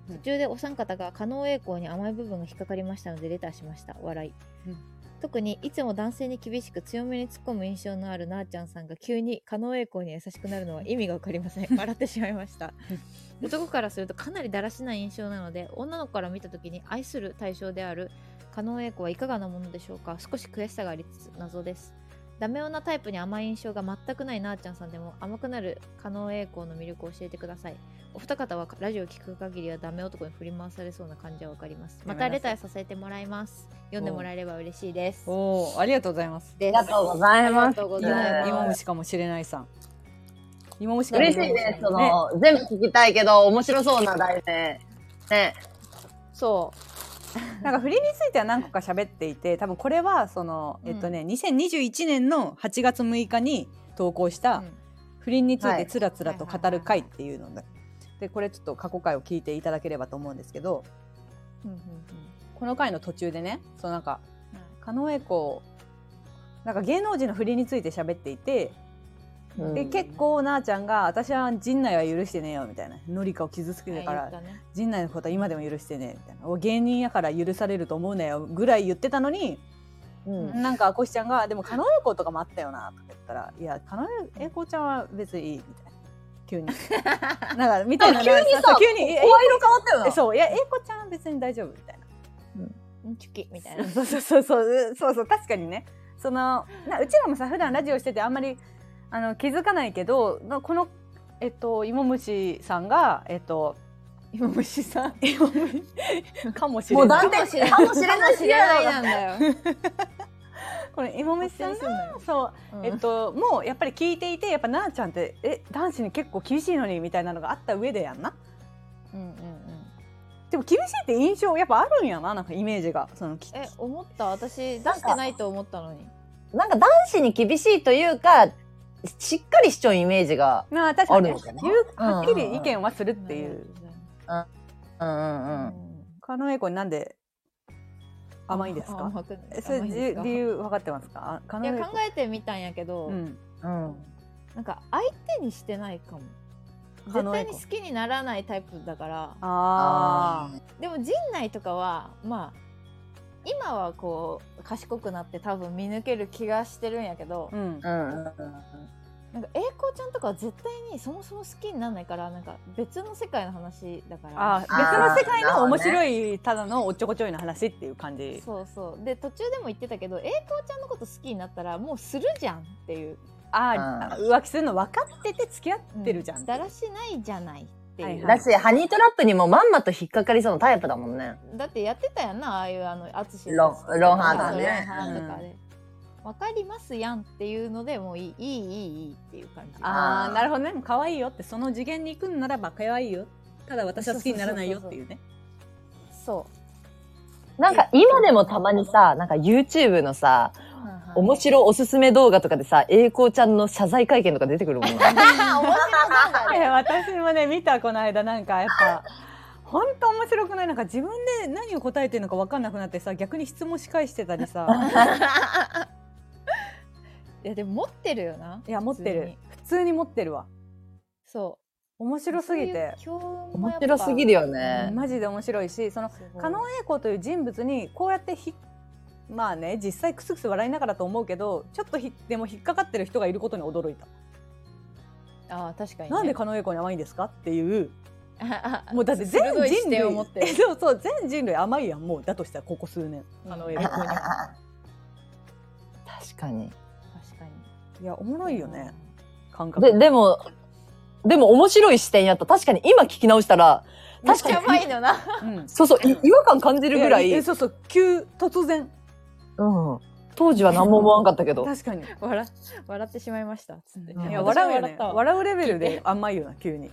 A: うん
B: 途中でお三方が加納栄光に甘い部分が引っかかりましたのでレターしました。笑い。
A: うん
B: 特にいつも男性に厳しく強めに突っ込む印象のあるなあちゃんさんが急に加納栄光に優しくなるのは意味がわかりま せん笑ってしまいました 男からするとかなりだらしない印象なので女の子から見た時に愛する対象である加納栄光はいかがなものでしょうか少し悔しさがありつつ謎ですダメ女タイプに甘い印象が全くないなあちゃんさんでも甘くなる加納栄光の魅力を教えてくださいお二方はラジオを聞く限りはダメ男に振り回されそうな感じはわかりますまたレターさせてもらいます読んでもらえれば嬉しいです
A: おおありがとうございます
B: です
D: ありがとうござい
B: あり
D: ま
B: が
D: す。
B: とうございます
A: 芋虫かもしれないさん芋虫かも
D: 嬉
A: れ
D: しい
A: ない
D: です。その、全部聞きたいけど、面白そうな題名。ね。
B: そう
A: なんか振りについては何個か喋っていて多分これはその、
B: うん
A: えっとね2021年の8月6日に投稿した
B: うん
A: 不倫につい
D: は
A: て
D: い
A: つらつらと語る会っていうのででこれちょっと過去回を聞いていただければと思うんですけど
B: うんうん
A: この回の途中でねそのなんか
B: うん
A: 狩野英孝なんか芸能人の不倫について喋っていて
D: うん
A: で結構なあちゃんが「私は陣内は許してねえよ」みたいな「紀香を傷つけ
B: は
A: て
B: い
A: か
B: 言
A: ら
B: ったね
A: 陣内のことは今でも許してねえみたいなお芸人やから許されると思うなよぐらい言ってたのに、
D: うん
A: なんかあこしちゃんが「でも狩野英孝とかもあったよな」とか言ったら「いや狩野英孝ちゃんは別にいい」みたいな急 になんかみたいな
D: 急にさ、
A: 急に
D: 声色変わったよ
A: え
D: な。
A: そういや英子ちゃんは別に大丈夫みたいな
B: うんチュキみたいな
A: そうそうそうそうそうそう確かにねそのなうちらもさ普段ラジオしててあんまりあの気づかないけどなこのえっと芋虫さんがえっと芋虫さん芋虫 かもしれ
D: もう
A: ない
D: 断定して、かもしれない
B: 知らないなんだ よ
A: この芋虫さんがそう、
B: うん
A: えっともうやっぱり聞いていてやっぱなあちゃんってえ男子に結構厳しいのにみたいなのがあった上でやんな
B: うんうんうん
A: でも厳しいって印象やっぱあるんやななんかイメージがそのき
B: え思った私出してないと思ったのに
D: なんか男子に厳しいというか、しっかりしちゃうイメージが。
A: まあ確かに
D: あ
A: 言
D: るのかな
A: うはっきり意見はするっていう。
D: うんうん
B: う
D: うん。
B: ん
A: 狩野英孝になんで甘いんですか？
B: 甘くない
A: えそれ
B: 甘い
A: 理
B: んです
A: 由
B: か
A: 理由分かってますか？あ
B: い
A: 狩野英
B: や
A: 孝
B: 考えてみたんやけど、
A: うん
D: うん、
B: なんか相手にしてないかも
A: 狩
B: 絶
A: 野英
B: 対
A: 孝
B: に好きにならないタイプだから
A: あー
B: でも陣内とかはまあ今はこう賢くなって多分見抜ける気がしてるんやけど、
A: うん
D: う、んうん
B: なんか栄光ちゃんとかは絶対にそもそも好きにならないからなんか別の世界の話だから
A: あー別の世界の面白いただのおっちょこちょいの話っていう感じ
B: そうそうで途中でも言ってたけど栄光ちゃんのこと好きになったらもうするじゃんっていう
A: あー浮気するの分かってて付き合ってるじゃん、
B: だらしないじゃないっていう、
A: はいはい
D: だし、ハニートラップにもまんまと引っかかりそうなタイプだもんね。
B: だってやってたやんなああいうあの淳
D: ロンロンハ
A: ーとか
D: ね
B: ロンハーとかで、わかりますやんっていうのでもういいいいいいいいっていう感じ
A: あ
D: あ
A: あ
D: ー
A: なるほどねでも可愛いよってその次元に行くんならば可愛いよただ私は好きにならないよっていうね
B: そ
D: なんか今でもたまにさ、なんか YouTube のさ、
B: う、はいはい
D: 面白おすすめ動画とかでさ、栄光ちゃんの謝罪会見とか出てくるもんね。
A: いや私もね見たこの間なんかやっぱ本当面白くないなんか自分で何を答えてるのか分かんなくなってさ逆に質問し返してたりさ
B: いやでも持ってるよない
A: や持って
B: 普通
A: る
B: に
A: 普通に持ってるわ
B: そ
A: 面
B: う
A: 白すぎて
B: そういう教養もや
D: 面
B: っぱ
D: 白すぎるよね。
A: マジで面白いしその
B: すごい
A: 狩野英孝という人物にこうやってひまあね実際クスクス笑いながらと思うけどちょっとひでも引っかかってる人がいることに驚いた、
B: ああ確かに、ね、
A: なんで 狩野英孝に甘いんですかっていうもうだって全
B: 鋭い視
A: 人類
B: 点を持ってる
A: そうそう全人類甘いやんもうだとしたらここ数年あの英語に
B: 確か
D: 確かに。
A: いやおもろいよね感覚
D: で、でも、でも面白い視点やった。確かに今聞き直したら、
B: にめっ
D: 確
B: ちゃう
D: か
B: ま
D: に、
B: いのな
A: うん
D: そうそう、い違和感感じるぐらい、
A: や
D: う
A: え
D: ん。
A: そうそう急突然
D: 当時は何も思わんかったけど。
A: 確かに
B: 笑笑ってしまいましたつって
D: うん
A: いや
B: 私も
A: 笑うよね
B: ったわ
A: 笑うレベルで甘いよな急に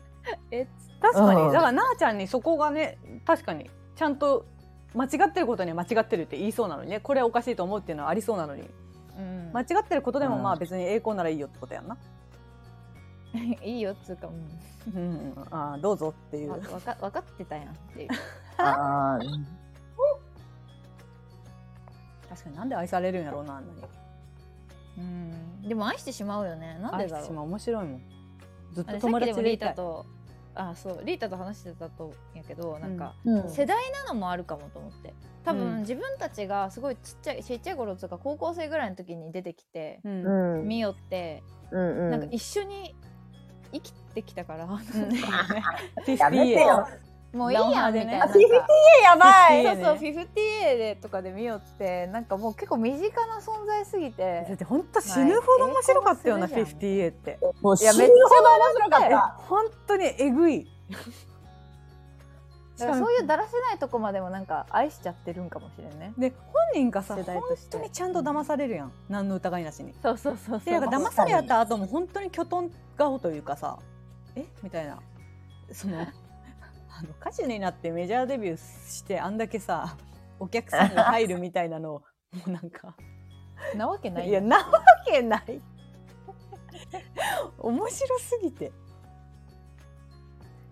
B: え
A: 確かに
D: う
A: だ
D: ん
A: からなあちゃんにそこがね確かにちゃんと間違ってることには間違ってるって言いそうなのにねこれはおかしいと思うっていうのはありそうなのに
B: うん
A: 間違ってることでも
D: うん
A: まあ別に栄光ならいいよってことやんな、
B: いいよっつうか、うん
A: うんうん、ああどうぞっていう
B: わわか分かってたやんっていう
D: あー
A: 確かになんで愛されるんやろうなあんなに
B: うんでも愛してしまうよねなんでだ
A: 愛
B: ろ
A: し
B: う
A: ても面白いもんずっ
B: あ
A: と
B: れ
A: 友達
B: さ
A: で
B: っきでもリ
A: い
B: ータ
A: たい
B: とあそうリータと話してたとやけどなんか、
D: うん
B: 世代なのもあるかもと思って多分、
A: うん
B: 自分たちがすごいちっちゃいちっちゃい頃とか高校生ぐらいの時に出てきて、
A: うん
D: うん
B: ミオって、
D: うん
B: なんか一緒に生きてきたから、
D: やめてよ。
B: もういいやんみたい
A: あ
B: ななんか
D: やば
A: い
B: そうそう 50A でとかでミオってなんかもう結構身近な存在すぎて
A: だって本当死ぬほど面白かったよな、
B: まあ栄光するじ
A: 50A って。
D: もう死
B: や
D: ぬ
B: め
D: ほ
B: っち
D: ど
B: ゃ
D: 面白かっ
A: え
D: た。
A: 本当にえぐい。
B: だからそういうだらしないとこまでもなんか愛しちゃってるんかもしれんね。
A: で本人がさ
B: 世
A: 本
B: 代として
A: 当にちゃんと騙されるやん何の疑いなしに。
B: そうそうそう
A: でなんか騙されやった後も本当にきょとん顔というかさえみたいなその あの歌手になってメジャーデビューしてあんだけさお客さんが入るみたいなのを もうなんか
B: なわけない
A: いや
B: よ。
A: なわけない面白すぎて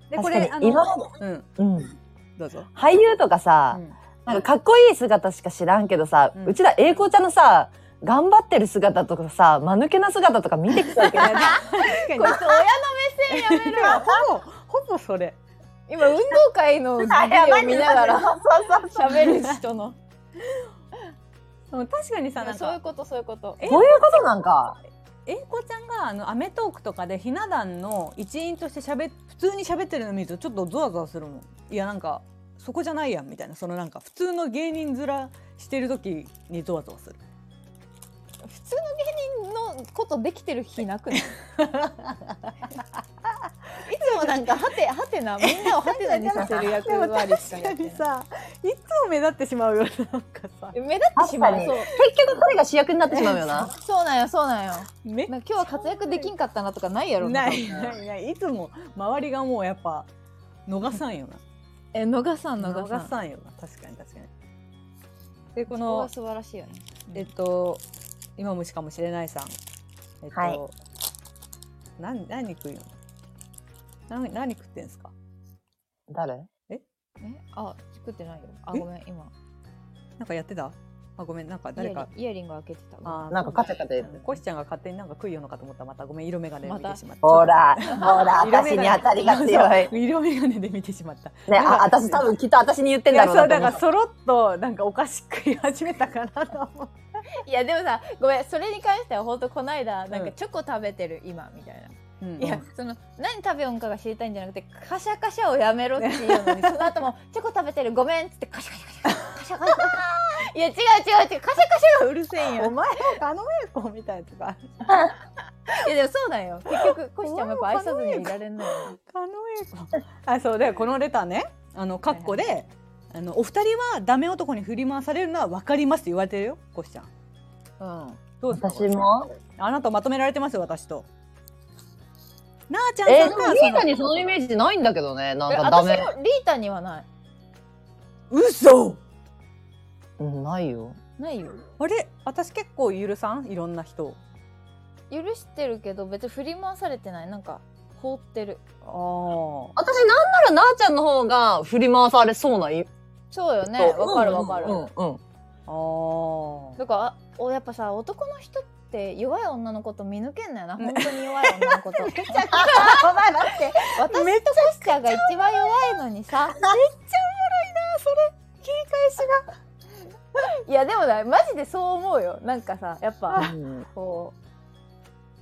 A: でこ
D: 確
A: れ
D: か
A: あ
D: に今
A: の
D: まで、
A: うん
D: うん、
A: どうぞ、
D: 俳優とか
A: う
D: さ、
A: ん
D: なんかかっこいい姿しか知らんけどさ、
A: う
D: うんちら栄光ちゃんのさ、頑張ってる姿とかさ、間抜けな姿とか見てきた わけ
A: いや確かに
B: こいつ親の目線やめろよ。
A: ほぼほぼそれ
B: 今運動会 のビデオ見なが ら喋る人の。
A: でも確かにさ
B: い
A: な
B: や
A: ん
B: そうい
A: か
B: うことそういうこと。
A: え
D: そういうことなんか。
A: 英子ちゃんがあの『アメトーーク』とかでひな壇の一員としてしゃべ普通に喋ってるの見るとちょっとゾワゾワするもんいやなんかそこじゃないやんみたいなそのなんか普通の芸人面してる時にゾワゾワ する
B: 普通の芸人のことできてる日な くない。いつもなんかハテハテなみんなをハテナ にさせる 役割しかやってない。
A: さいつも目立ってしまうよねなんかさ
B: 目立ってしまう。
D: 確
B: そ
D: か
B: う
D: 結局彼が主役になってしまうよな。
B: そうなんよそうなんよ。
A: め
B: なんか今日は活躍できんかったなとかないやろう
A: ないないないいつも周りがもうやっぱ逃さんよな
B: え野賀さん野賀さん
A: 逃さんよな確かに確かにでこ
B: この
A: の
B: 素晴らしいよね
A: えっと、今虫かもしれないさん。えっと、
D: はい
A: 何、何食うの何、何食ってんすか
D: 誰
B: えあ作ってないよあ
A: え
B: ごめん今
A: なんかやってたあごめんなんか
B: イヤ
A: 誰
B: リング
A: か
B: イヤリング開けてたわ。
A: あ
D: なんかカチャカチャ言ってる
A: コシちゃんが勝手になんか食いようのかと思ったらまたごめん色眼鏡で見てしまった、
D: ほら、ほら、
A: 色眼
D: 私
A: 鏡
D: に当たりが強い。
A: そう 色眼鏡で見てしま った
D: ね、あ、私多分きっと私に言ってん
A: い
D: だ
A: や
D: ろう
A: そう
D: な
A: だ
D: と
A: か
D: 思
A: らそろっとなんかお菓子食い始めたかなと思って
B: いやでもさごめんそれに関しては本当この間なん
A: う
B: か
A: ん
B: チョコ食べてる今みたいな。
A: うん
B: いやその何食べようかが知りたいんじゃなくてカシャカシャをやめろっていうのにその後も「チョコ食べてるごめん」っつってカシャカシャカシャカシャカシャいや違う違う違うカシャカシャがうるせえん
A: お
B: よ
A: 前も狩野英孝みたいとか
B: いやでもそうなんよ結局コシちゃんもやっぱ愛さずにいられないよ
A: 狩野英孝 あそうでこのレターねあのカッコで、あのお二人はダメ男に振り回されるのは分かりますって言われてるよコシちゃん
B: うん
A: どうですか
D: 私も。
A: あなたまとめられてますよ私となあちゃん
D: え
A: さん
D: ー、でも
A: が
D: リー
A: そ
D: ダ
A: の
D: にそのイメージないんだけどね。なん
B: え
D: かダ
B: 私も
D: メ。
B: リータにはない
A: 嘘
D: うんないよ。
B: ないよ
A: あれ私結構ゆるさんいろんな人
B: 許してるけど別に振り回されてないなんか放ってる
A: あ
D: 私なんならなあちゃんの方が振り回されそうなイ
B: そうよね
D: そう
B: わかるわかる、
D: うんうん。
A: あー
B: だからあおやっぱさ男の人って弱い女のこと見抜けんだよな本当に弱い女の ことめちゃくちゃお前だって私とコシちゃんが一番弱いのにさめっちゃおもろいなそれ切り返し がいやでもなマジでそう思うよなんかさやっぱこう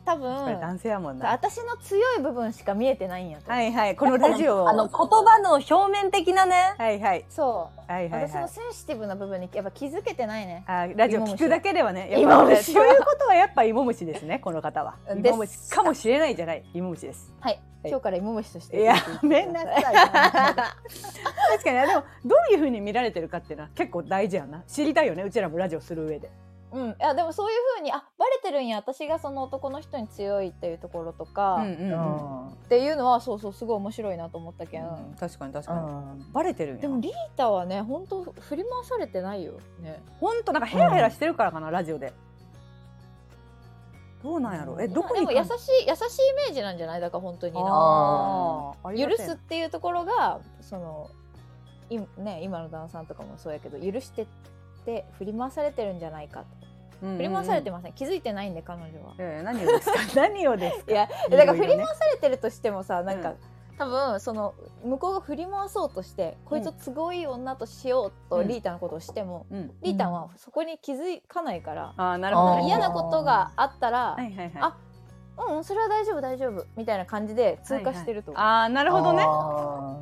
B: 多分
A: これ男性やもんな
B: 私の強い部分しか見えてないんやと、
A: はいはいこのラジオ
D: あの言葉の表面的なね。
A: はいはい
B: そう、
A: はいはい
B: 私の
A: はい
B: センシティブな部分にやっぱ気づけてないね
A: あラジオ聞くだけではねやっぱ
B: 芋虫
A: ということはやっぱ芋虫です ねこの方は
B: です
A: 芋虫かもしれないじゃない芋虫です
B: はい
A: はい
B: 今日から芋虫として
A: やめんなさい 確かにでもどういうふうに見られてるかっていうのは結構大事やな知りたいよねうちらもラジオする上で
B: うん、いやでもそういうふうにあバレてるんや私がその男の人に強いっていうところとか、
A: うん
B: っ
A: うんうん
B: ていうのはそうそうすごい面白いなと思ったけん、
A: うん確かに確かに
D: ん。
A: バレてるんや
B: でもリータはね本当振り回されてないよね
A: ほんとなんかヘラヘラしてるからかな、ラジオでどうなんやろえどこに
B: でも優しい優しいイメージなんじゃないだから本当にな
A: あーあり
B: 許
A: がてえ
B: すっていうところがそのい、ね、今の旦那さんとかもそうやけど許してって振り回されてるんじゃないかと
A: うんうんうん
B: 振り回されてません、気づいてないんで彼女は。
A: いやいや 何をですか何をですか
B: いや
A: ろ
B: だか
A: ろ
B: ら
A: ね
B: 振り回されてるとしてもさなんか、
A: うん
B: 多分その向こうが振り回そうとして、こいつを都合いい女としようと
A: うん
B: リータのことをしても、
A: うん
B: リータはそこに気づかないから、
A: あーなる
D: うん
A: ほど
B: なん
A: ね
B: か嫌なことがあったら、
A: はいはいはい
B: あうんうんそれは大丈夫大丈夫みたいな感じで通過してると思う、
A: ああなるほどね
D: ね。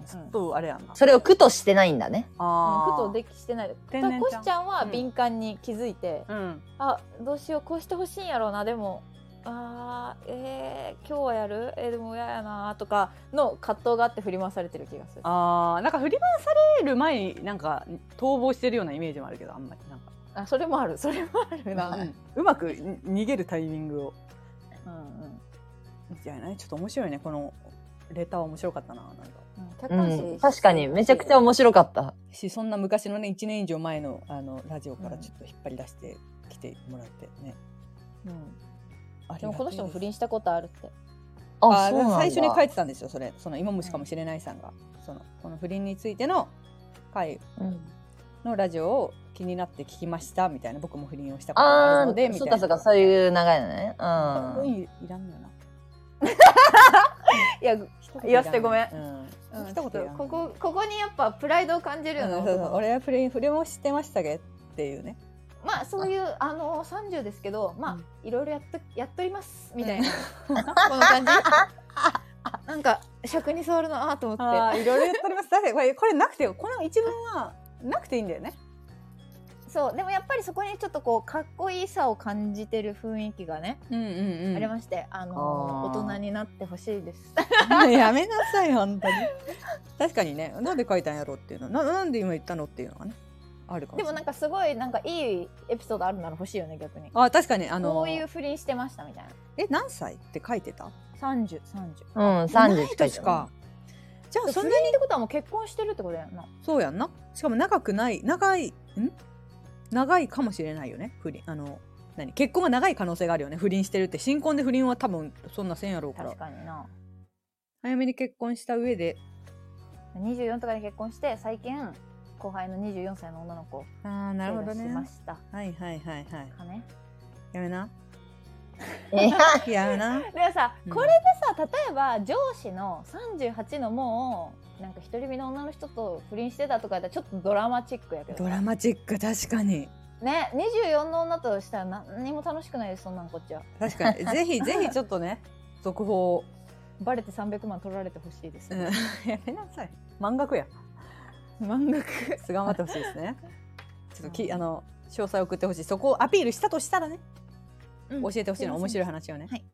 A: ちょっとあれやな
D: それを苦としてないんだね。
A: あ
B: うん
A: ー
B: 苦とできしてないた
A: 天
B: だ
A: 然ちゃん
B: コシちゃんは
A: うん
B: 敏感に気づいて、
A: うん
B: あどうしようこうしてほしいんやろうなでもあーえー、今日はやるえーでも嫌やなとかの葛藤があって振り回されてる気がする
A: あーなんか振り回される前になんか逃亡してるようなイメージもあるけどあんまりなんか
B: あそれもあるそ れもあるな、
A: うんうまくに逃げるタイミングを
B: うんうん
A: みたいなねちょっと面白いねこのレター面白かったななんか
B: 客
D: う
B: 観視、
D: ん。確かにめちゃくちゃ面白かった。
A: しそんな昔のね1年以上前のあのラジオからちょっと引っ張り出してきてもらってね、
B: うん
A: ありがたいす
B: でもこの人も不倫したことあるって
A: あ
D: そうなんだ
A: 最初に書いてたんですよそれその今虫かもしれないさんがそのこの不倫についての回
D: うん
A: のラジオを気になって聞きましたみたいな僕も不倫をしたことがあ
D: あ
A: るので
D: あ、
A: み
D: そ
A: た
D: っ
A: い
D: か
A: な
D: そっか、そ
A: う
D: ういう流れだね。う
A: うん
D: ん。
A: いいらんのよない一言い
B: や、
A: らの
B: 言わせてごめん
A: う
B: うん
A: ん、
B: ちょっと
A: いらんの
B: ここここにやっぱプライドを感じるよね、
A: うんそう
B: 男
A: そ
B: の
A: う俺は不倫不倫もしてましたけどっていう ね
B: まあそういうあの30ですけどまあ、いろいろやっとやっとりますみたいな、この感じなんか尺に触るなあと思って
A: あーいろいろやっておりますだってこれこれなくてよこの一文はなくていいんだよね
B: そうでもやっぱりそこにちょっとこうかっこいいさを感じてる雰囲気がね、
A: うんうん
B: ありましてあの
D: あー
B: 大人になってほしいです
A: やめなさい本当に確かにねなんで書いたんやろうっていうのななんで今言ったのっていうのがねあるかも
B: で
A: し
B: も
A: れな
B: な
A: んい
B: かすごいなんかいいエピソードあるなら欲しいよね逆に、
A: あ確かにあの
B: こういう不倫してましたみたいな
A: え何歳って書いてた
B: 3030
D: うん、三十
A: 同い年かじゃあ
B: そ
A: そ
B: ん
A: ん
B: な
A: な
B: にってことはもう結婚してるってことやんな
A: そうやんなしかも長くない長いん長いかもしれないよね不倫あの何結婚が長い可能性があるよね不倫してるって新婚で不倫は多分そんなせんやろうから
B: 確かにな
A: 早めに結婚した上で
B: 24とかで結婚して最近後輩の24歳の女の子を
A: ああなるほど
B: セー
A: ね
B: ブしました
A: はいはいはいはい
B: かね
A: やめ な
D: え
A: やめな
B: でもさ、
A: うん
B: これでさ例えば上司の38のもうなんか独り身の女の人と不倫してたとかやったらちょっとドラマチックやけど
A: ドラマチック確かに
B: ね24の女としたら何にも楽しくないですそんなんこっちは
A: 確かにぜひぜひちょっとね続報を、
B: バレて300万取られてほしいです、
A: うん やめなさい満額や
B: 満額
A: す頑張ってほしいですねちょっときあの詳細送ってほしいそこをアピールしたとしたらね、
B: うん
A: 教えてほしいの
B: すいません
A: 面白い話をね
B: はい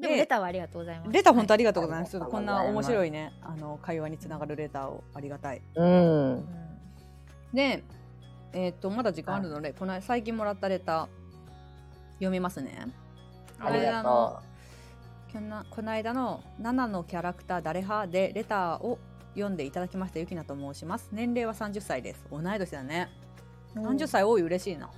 B: でもレターはありがとうございます
A: レター本当ありがとうございます。ちょ
D: はい
A: っとこんな面白いね、あの会話につながるレターをありがたい。
D: うん。
A: で、えっ、とまだ時間あるので、この最近もらったレター読みますね。
D: ありがと
A: こんなこの間の7のキャラクター誰派でレターを読んでいただきましたゆきなと申します。年齢は30歳です。同い年だね。30歳多い嬉しいな、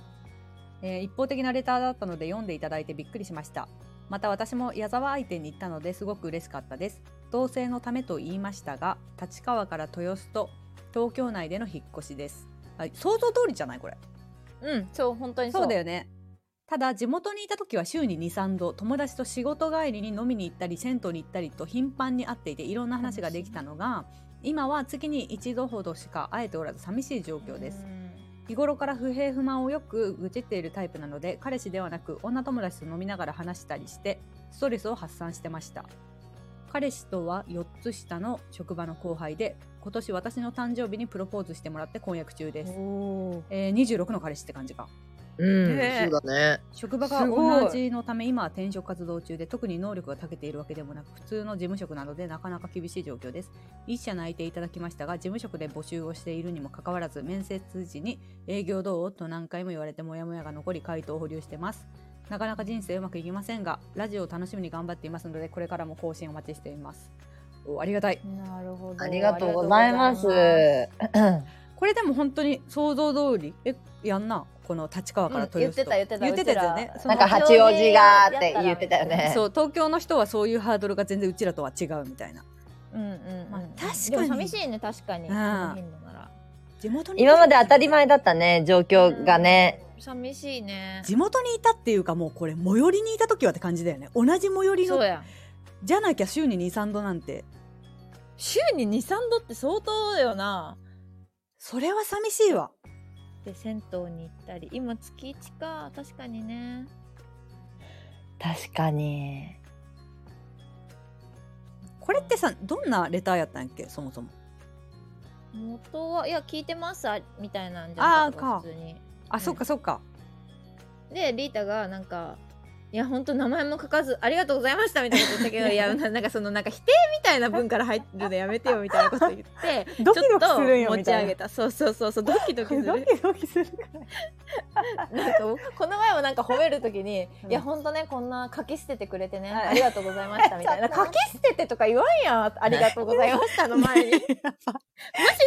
A: えー一方的なレターだったので読んでいただいてびっくりしましたまた私も矢沢相手に行ったのですごく嬉しかったです同棲のためと言いましたが立川から豊洲と東京内での引っ越しですあ想像通りじゃないこれ
B: うんそう本当に
A: そう
B: そう
A: だよねただ地元にいた時は週に23度友達と仕事帰りに飲みに行ったり銭湯に行ったりと頻繁に会っていていろんな話ができたのが今は月に一度ほどしか会えておらず寂しい状況です日頃から不平不満をよく愚痴っているタイプなので彼氏ではなく女友達と飲みながら話したりしてストレスを発散してました彼氏とは4つ下の職場の後輩で今年私の誕生日にプロポーズしてもらって婚約中です、えー26の彼氏って感じか
D: う。うん。
F: ね
D: そうだね。
A: 職場が
G: すごい
A: 同じのため今は転職活動中で特に能力が長けているわけでもなく普通の事務職なのでなかなか厳しい状況です一社内定いただきましたが事務職で募集をしているにもかかわらず面接時に営業どうと何回も言われてモヤモヤが残り回答を保留してますなかなか人生うまくいきませんがラジオを楽しみに頑張っていますのでこれからも更新お待ちしていますおありがたい
B: なるほど
D: ありがとうございます。
B: ありがとうございま
A: これでも本当に想像通りえやんなこの立川から豊洲と、
B: うん言ってた言
A: 言
B: っ
A: ってて
B: た
A: たやつよね
B: うちら
A: その
D: なんか八王子がーって言ってたよね。
A: そう東京の人はそういうハードルが全然うちらとは違うみたいな
B: うんうんうん
A: まあ確かに
B: でも寂しいね確かに
A: うん
B: その頻度なら
A: 地元にいた
D: 今まで当たり前だったね、状況がね。
B: 寂しいね
A: 地元にいたっていうかもうこれ最寄りにいた時はって感じだよね同じ最寄り
B: そう
A: の
B: や
A: じゃなきゃ週に23度なんて
B: 週に23度って相当だよな
A: それは寂しいわ
B: で銭湯に行ったり今月1か確かにね
D: 確かに。
A: これってさどんなレターやったんやっけそもそも
B: 元はいや聞いてますあみたいなんじゃ
A: あ
B: ん
A: ーか
B: 普通に
A: あ、そっかそっか
B: でリータがなんか「いやほんと名前も書かずありがとうございました」みたいなこと言 ったけどいやななんかそのなんか否定みたいな文から入るのやめてよみたいなこと言って
A: ドキドキするん
B: ちょっ
A: よ
B: と持
A: み
B: ち
A: た
B: 上
A: いな
B: げたそうそうそうそうドキドキする
A: ドキするから
B: なんかこの前もなんか褒めると きに「いやほんとねこんな書き捨ててくれてねありがとうございました」みた いな「書き捨てて」とか言わんやん「ありがとうございました」の前 に マジ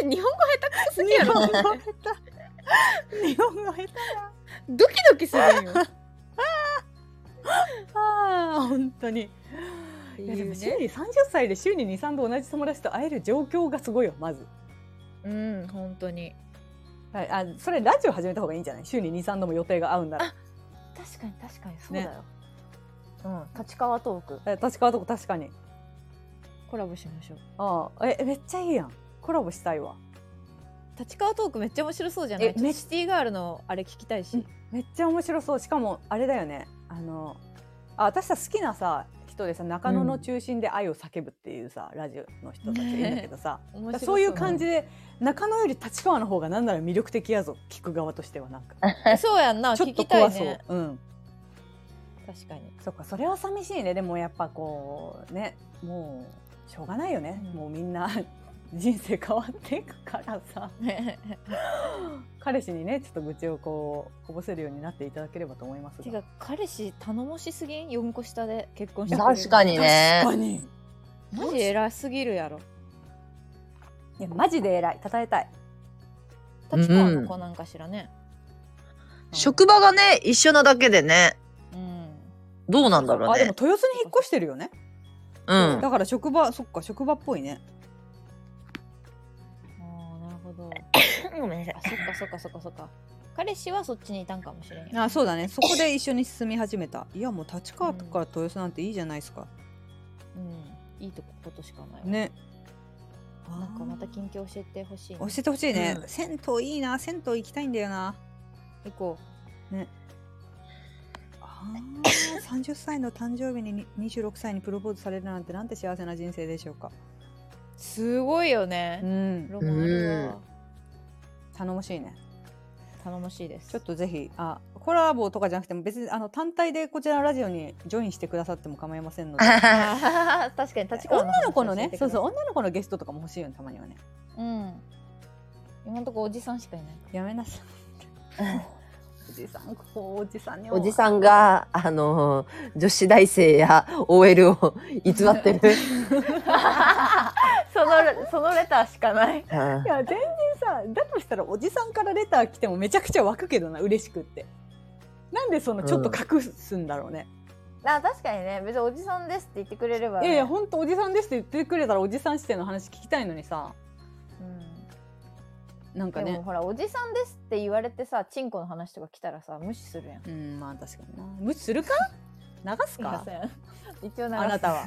B: 日本語下手くそすぎやろ
A: 日本語下手日本語下手
B: ドキドキするんよ
A: ああ本当にいやで も週に30歳で週に23度同じ友達と会える状況がすごいよまず
B: うん本当に
A: はい、あそれラジオ始めた方がいいんじゃない週に23度も予定が合うんだら
B: 確かに確かにそう
A: だよ
B: うん立川トーク
A: え立川とこ確かに
B: コラボしましょう
A: ああえめっちゃいいやんコラボしたいわ
B: 立川トークめっちゃ面白そうじゃない
A: え
B: ちょっ
A: め
B: と
A: っ
B: シティガールのあれ聞きたいし、
A: うんめっちゃ面白そうしかもあれだよねあのあ私さ好きなさ人でさ中野の中心で愛を叫ぶっていうさ、ラジオの人たちがいるんだけどさ
B: 面
A: だから
B: 白
A: そういう感
B: じ
A: じで中野より立川の方がなんなら魅力的やぞ聞く側としてはなんか
B: そうやんな
A: ちょっ
B: 聞
A: と
B: きた
A: 怖
B: い
A: そう、
B: ね
A: うん
B: 確かに
A: そっかそれは寂しいねでもやっぱこうねもうしょうがないよね、
B: うん
A: もうみんな 人生変わっていくからさ彼氏にねちょっと愚痴をこうこぼせるようになっていただければと思いますが
B: てか彼氏頼もしすぎん4個下で結婚してくれる
D: 確かにね。
A: 確かに
B: マジ偉すぎるやろ
A: いやマジで偉い称えたい
B: 立川の子なんかしらね
D: 職場がね、一緒なだけでね。
B: うん、
D: どうなんだろう
A: あでも
D: ね。
A: 豊洲に引っ越してるよね、
D: うん。
A: だから職場そっか職場っぽいね
B: ああなるほど
H: ごめんなさい
B: あ。そっかそっかそっかそっか彼氏はそっちにいたんかもしれんよ
A: あそうだねそこで一緒に住み始めたいやもう立川から豊洲なんていいじゃないですか、
B: うんいいとこことしかないわ
A: ね
B: なんかまた近況教えてほしい
A: 教
B: な
A: えてほしいね、
H: うん
A: 銭湯いいな銭湯行きたいんだよな
B: 行こ
A: あー30歳の誕生日にに26歳にプロポーズされるなんてなんて幸せな人生でしょうか
B: うすごいよ
A: う
B: ね
A: ん
B: ロマンあるわ
A: 頼もしいね
B: 頼もしいです
A: ちょっとぜひあコラボとかじゃなくても別にあの単体でこちらのラジオにジョインしてくださっても構いませんので
B: あー確かに立川
A: 女の子の
B: 話
A: ね
B: 教えてく
A: そ
B: だ
A: うそ
B: さいう
A: 女の子のゲストとかも欲しいよねたまにはね
B: うん今のところおじさんしかいない
A: やめなさいおじさんここおじさんに
D: おじさんが、あのー女子大生や OL を偽 ってる。
B: そのそのレターしかない
D: あ
A: いや全然さだとしたらおじさんからレター来てもめちゃくちゃ湧くけどな嬉しくってなんでそのちょっと隠すんだろうね、
B: あ確かにね別におじさんですって言ってくれれば、
A: いやいや
B: うん、
A: ほんとおじさんですって言ってくれたらおじさん視点の話聞きたいのにさなんか
B: でも
A: ね
B: ほらおじさんですって言われてさチンコの話とか来たらさ無視するやん
A: うんまあ確かにな無視するか流すか
B: 一応流す
A: あなたは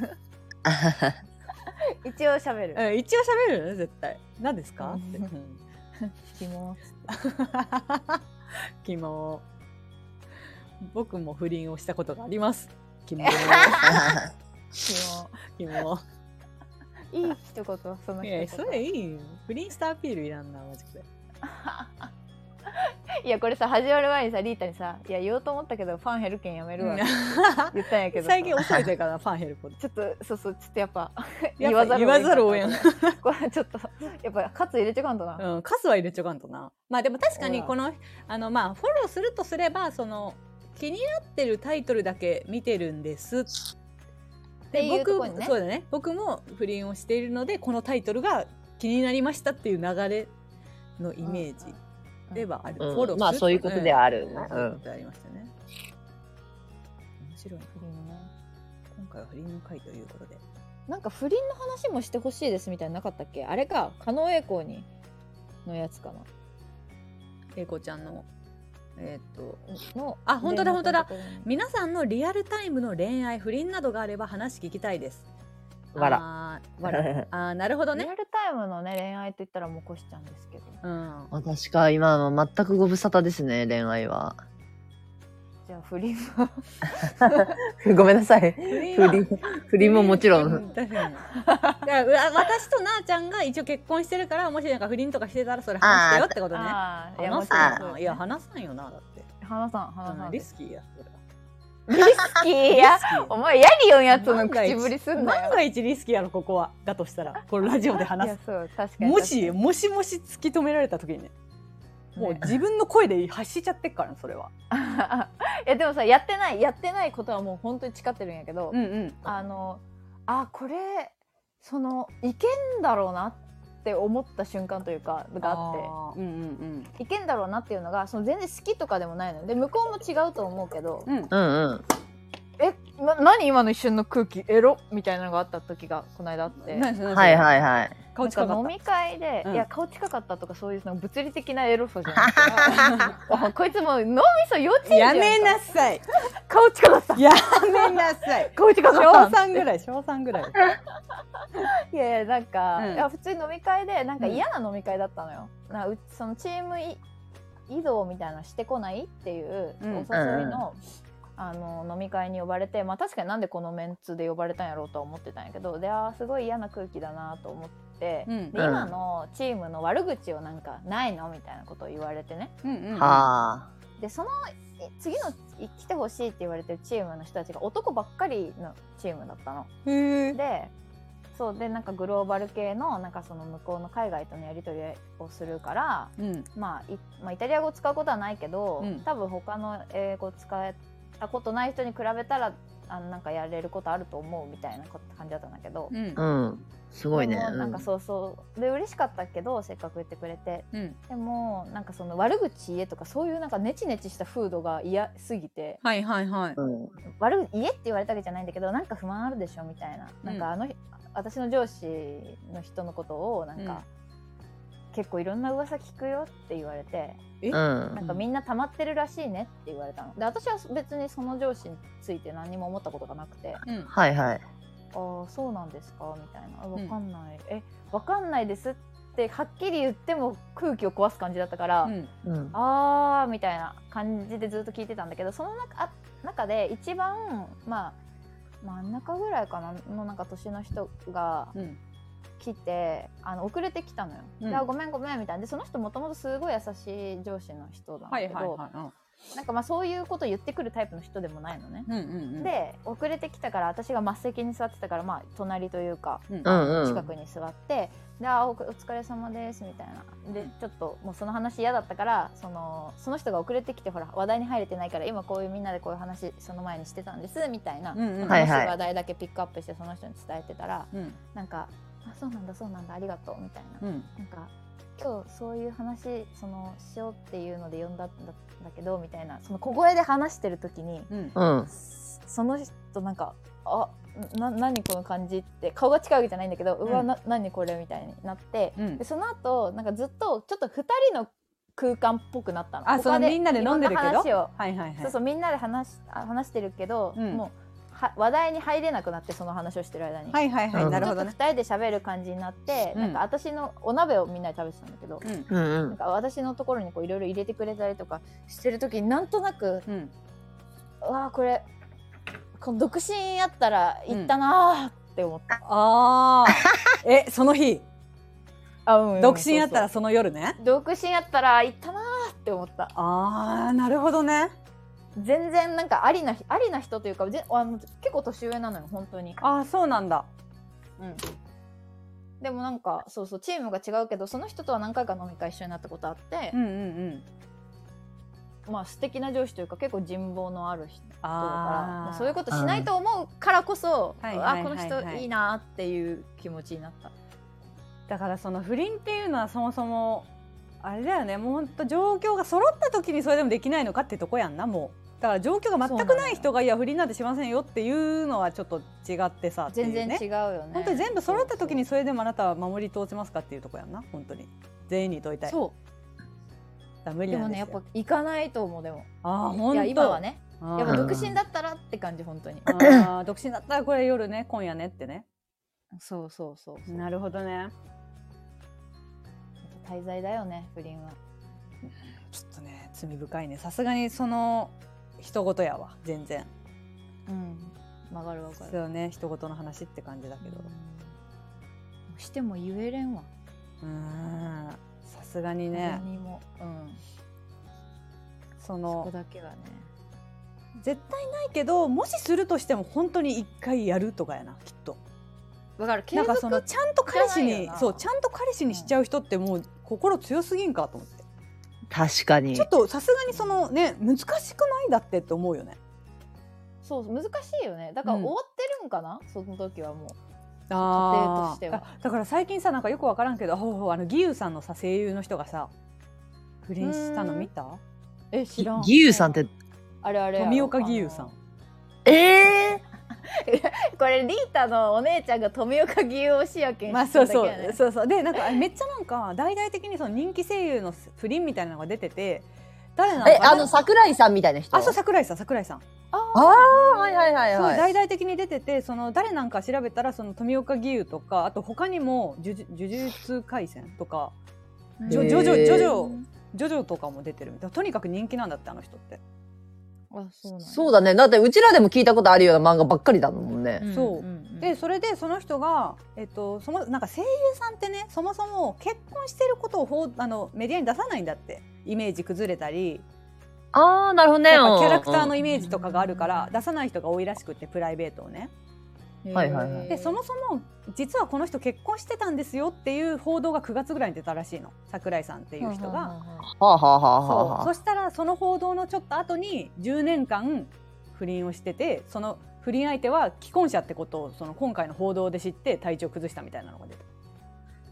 B: 一応喋る
A: うん一応喋るよね絶対何ですかって、
B: うん
A: うん
B: キモ
A: キモ僕も不倫をしたことがありますキ モ
B: キ
A: キモ
B: モいい一言その
A: い
B: 一
A: や
B: 言
A: それいいよ不倫したアピールいらんなマジで
B: いやこれさ始まる前にさリータにさ「いや言おうと思ったけどファン減るけんやめるわ」って言ったんやけどさ
A: 最近恐れてるからファン減ること
B: ちょっとそうそうちょっとやっぱ
A: やっぱ言わざるを得ん
B: 言わざるを得ん これちょっとやっぱカツ入れてかんとな、
A: うん、数は入れちょかんとな。まあでも確かにこの、あのまあフォローするとすれば、その気になってるタイトルだけ見てるんです。
B: っていうとこにね
A: そうだね。僕も不倫をしているので、このタイトルが気になりましたっていう流れのイメージではある。
D: うん
A: フォローする
D: まあそういうことではある
A: うんそういうことでありましたね。面白いな。
B: 不倫ね
A: 今回は不倫の回ということで。
B: なんか不倫の話もしてほしいですみたいなのなかったっけあれか狩野英孝にのやつかな
A: 英子ちゃんの、えーっと、
B: の
A: あ本当だ
B: 連絡の
A: 本当だ
B: ところに
A: 皆さんのリアルタイムの恋愛不倫などがあれば話聞きたいです
D: わら
A: あーわらあーなるほど
B: リ
A: ね
B: アルタイムの ね恋愛と言ったらもうこしちゃんですけど
A: うん
D: 私か、今は全くご無沙汰ですね、恋愛は。
B: じゃあ不倫は
D: ごめんなさい。
A: 不倫
D: 不倫、不倫ももちろ。
A: うんん確かにだからうわ私となあちゃんが一応結婚してるからもしなんか不倫とかしてたらそれ話してよってことね
B: あーいやも
A: 話
B: ち
A: さ
B: ろん
A: んよ
B: そうで
A: い
B: すね
A: や話さんよなだって
B: 花さん花さ
A: うんん
B: で
A: リ
B: す
A: スキーやそれは
B: 好きやお前ヤリオンやつの
A: 万が一
B: 口ぶりすんな
A: 万
B: よ
A: が一リスキーやろここはだとしたらこのラジオで
B: い
A: 話
B: や
A: す
B: そう確かに
A: もし もしもし突き止められた時にねもう自分の声で発しちゃってっからねそれは
B: 確かにいやでもさやってないやってないことはもう本当に誓ってるんやけど、
A: うんうん
B: あのあこれそのいけんだろうなって思った瞬間というかがあって
A: てうんうん
B: いけんだろうなっていうのがその全然好きとかでもないのよで向こうも違うと思うけど
A: うんうん
D: うんうん。
B: えな何今の一瞬の空気エロみたいなのがあった時がこの間あって
A: 何それ何それ
D: はいはいはい。
A: 顔近
B: な
A: か
B: ん
A: っ
B: か飲み会で、
A: うん
B: いや顔近かったとかそういうその物理的なエロさじゃなくてあこいつもう脳みそ幼稚園
A: た
B: じゃ
A: や
B: ん
A: めなさい
B: 顔近かった
A: やめなさい
B: 顔近か
A: 小
B: った
A: 三ぐらい小三ぐらい
B: いやいやなんか、
A: うん
B: いや普通に飲み会でなんか嫌な飲み会だったのよ、なうそのチームい移動みたいなのしてこないっていうお
A: うん
B: 誘いの,、あの飲み会に呼ばれて、まあ、確かになんでこのメンツで呼ばれたんやろうとは思ってたんやけどであーすごい嫌な空気だなと思って、
A: うん
B: で今のチームの悪口をなんかないのみたいなことを言われてね
A: うんうん
D: はあ。
B: でそのえ次のい来てほしいって言われてるチームの人たちが男ばっかりのチームだったの。
A: へえ
B: でそうでなんかグローバル系のなんかその向こうの海外とのやり取りをするから、
A: うん
B: まあ、いまあイタリア語使うことはないけど、
A: うん
B: 多分他の英語使えたことない人に比べたらあのなんかやれることあると思うみたいなこ感じだったんだけど。
A: うん
D: うん。すごいね。
B: でも
D: う
B: なん
D: ん
B: かそうそうで嬉しかったけどせっかく言ってくれて
A: うん
B: でもなんかその悪口言えとかそういうなんかネチネチした風土が嫌すぎて
A: はいはいはい
D: うん
B: 悪い家って言われたわけじゃないんだけどなんか不満あるでしょみたいななんかあの、私の上司の人のことをなんか、結構いろんな噂聞くよって言われて
A: う
D: うん
B: なんかみんな溜まってるらしいねって言われたので私は別にその上司について何にも思ったことがなくて
A: うん
D: はいはい。
B: ああそうなんですかみたいなあわかんない、えわかんないですってはっきり言っても空気を壊す感じだったから、
A: うん
D: うん。
B: あーみたいな感じでずっと聞いてたんだけどその中あ中で一番まあ真ん中ぐらいかなのなんか年の人が
A: うん
B: 来て、あの遅れてきたのよ、
A: うん
B: であごめんごめんみたいなでその人もともとすごい優しい上司の人なんだ
A: は
B: け
A: い
B: ど、
A: はいは
B: なんかまあそういうこと言ってくるタイプの人でもないのね
A: い。うんうんうん
B: で遅れてきたから私が末席に座ってたからまあ隣というか
A: うん
D: うんうん
B: 近くに座って、であおお疲れ様ですみたいなで、
A: うん
B: ちょっともうその話嫌だったからそのその人が遅れてきてほら話題に入れてないから今こういうみんなでこういう話その前にしてたんですみたいな、
A: うんうん
D: はい
B: 楽し話題だけピックアップしてその人に伝えてたら
A: うん
B: なんか「あそうなんだそうなんだありがとう」みたいな。
A: うん
B: なんか今日そういう話そのしようっていうので呼んだんだだけどみたいなその小声で話してる時に
A: うん
D: うん。
B: その人なんか「あな何この感じ」って顔が近いわけじゃないんだけど「うわ、
A: うん
B: な何これ」みたいになって、
A: うん
B: でその後なんかずっとちょっと2人の空間っぽくなったの。
A: あそ
B: 他
A: のみんなで飲んでるけ
B: い
A: ど
B: ろ話を
A: はいはいはい
B: そうそうみんなで話しあ話してるけど、
A: うん
B: もうは話題に入れなくなってその話をしてる間に。
A: はいはいはい
D: うん
A: なる
B: ちょ
A: ほ
B: っと
A: ど
B: 2
A: ね
B: 人で喋る感じになって、
A: うん
B: なんか私のお鍋をみんなで食べてたんだけど、
A: うん
D: うんう
B: なん
D: ん。
B: か私のところにこういろいろ入れてくれたりとかしてる時になんとなく
A: うん
B: うわあこれこの独身やったら行ったなーって思った、
A: ああ えその日
B: あうんうん
A: 独身やったら
B: そう
A: その夜ね
B: そう独身やったら行ったなーって思った
A: ああなるほどね
B: 全然なんかありなありな人というかぜあの結構年上なのよ本当に
A: ああそうなんだ
B: でもなんかそうそうチームが違うけどその人とは何回か飲み会一緒になったことあって
A: う、んうんうん
B: まあ素敵な上司というか結構人望のある人だから
A: あー
B: まあそういうことしないと思うからこそ、
A: はいはいはいはい
B: あこの人いいなーっていう気持ちになった
A: だからその不倫っていうのはそもそもあれだよねもうほんと状況が揃った時にそれでもできないのかってとこやんなもうだから状況が全くない人がいや不倫なんてしませんよっていうのはちょっと違ってさっていう
B: 全
A: ね
B: 然違うよね
A: 本当に全部揃った時にそれでもあなたは守り通せますかっていうとこやんな本当に全員に問いたい
B: そう
A: だ無理
B: で
A: な
B: も
A: ん
B: ね
A: です
B: や
A: よ
B: っぱ行かないと思うでも
A: ああ本当
B: いや今はね
A: や
B: やっぱ
D: うん
B: 独身だったらって感じ本当に
A: あー独身だったらこれ夜ね今夜ねってね
B: そうそうそうそう
A: なるほどね
B: 滞在だよね不倫は
A: ちょっとね罪深いねさすがにその人事やわ全然
B: うん曲がるわか
A: そう
B: る
A: よね人事の話って感じだけど
B: うんしても言えれんわ
A: うーんさすがにね
B: 何にもうん
A: そ
B: そこ
A: の
B: だけはね
A: 絶対ないけどもしするとしても本当に一回やるとかやなきっと
B: わかる
A: なんか
B: 継
A: その
B: 続
A: ちゃんと彼氏
B: じゃない
A: に
B: よな
A: そうちゃんと彼氏にしちゃう人ってもう心強すぎんかと思って
D: 確かに
A: ちょ。っとさすがにそのね難しくないだってって思うよね
B: そう難しいよねだから
A: うん
B: 終わってるんかな、その時はもう
A: あ
B: 家庭としては
A: だから最近さなんかよくわからんけどほうほうあの義勇さんのさ声優の人がさ不倫したの見た
B: え知らん
D: 義勇さんって、
B: あれあれ
A: 富岡義勇さ
B: あ
A: ん
D: ええ
B: のこれリータのお姉ちゃんが富岡義勇をしやけん
A: まあそうそ
B: 知っただけや
A: う
B: ね
A: そうそうでなんかあめっちゃなんか大々的にその人気声優の不倫みたいなのが出てて誰なの
D: え、
A: か
D: あの、桜井さんみたいな人
A: あそう桜井さん桜井さん、
D: ああ、はいはいはい
A: そう
D: はい。
A: 大々的に出ててその誰なんか調べたらその富岡義勇とかあと他にも呪術呪術廻戦とか
B: うん
A: ジ
D: へ
A: ョ
D: ー
A: ジョジョジョジョジョジョとかも出てるみたいとにかく人気なんだってあの人って、
B: あそうなん
D: そうだね。だって、うちらでも聞いたことあるような漫画ばっかりだもんね。
A: そうん
B: んん
A: でそれでその人が、えっと、そもなんか声優さんってねそもそも結婚してることを報あのメディアに出さないんだってイメージ崩れたり
D: ああ、なるほどね。
A: やっぱキャラクターのイメージとかがあるから出さない人が多いらしくってプライベートをね
D: はいはいはい
A: でそもそも実はこの人結婚してたんですよっていう報道が9月ぐらいに出たらしいの桜井さんっていう人が
D: はあはあはあは
A: そ
D: あ
A: う
D: は
A: そしたらその報道のちょっと後に10年間不倫をしててその不倫相手は既婚者ってことをその今回の報道で知って体調崩したみたいなのが出た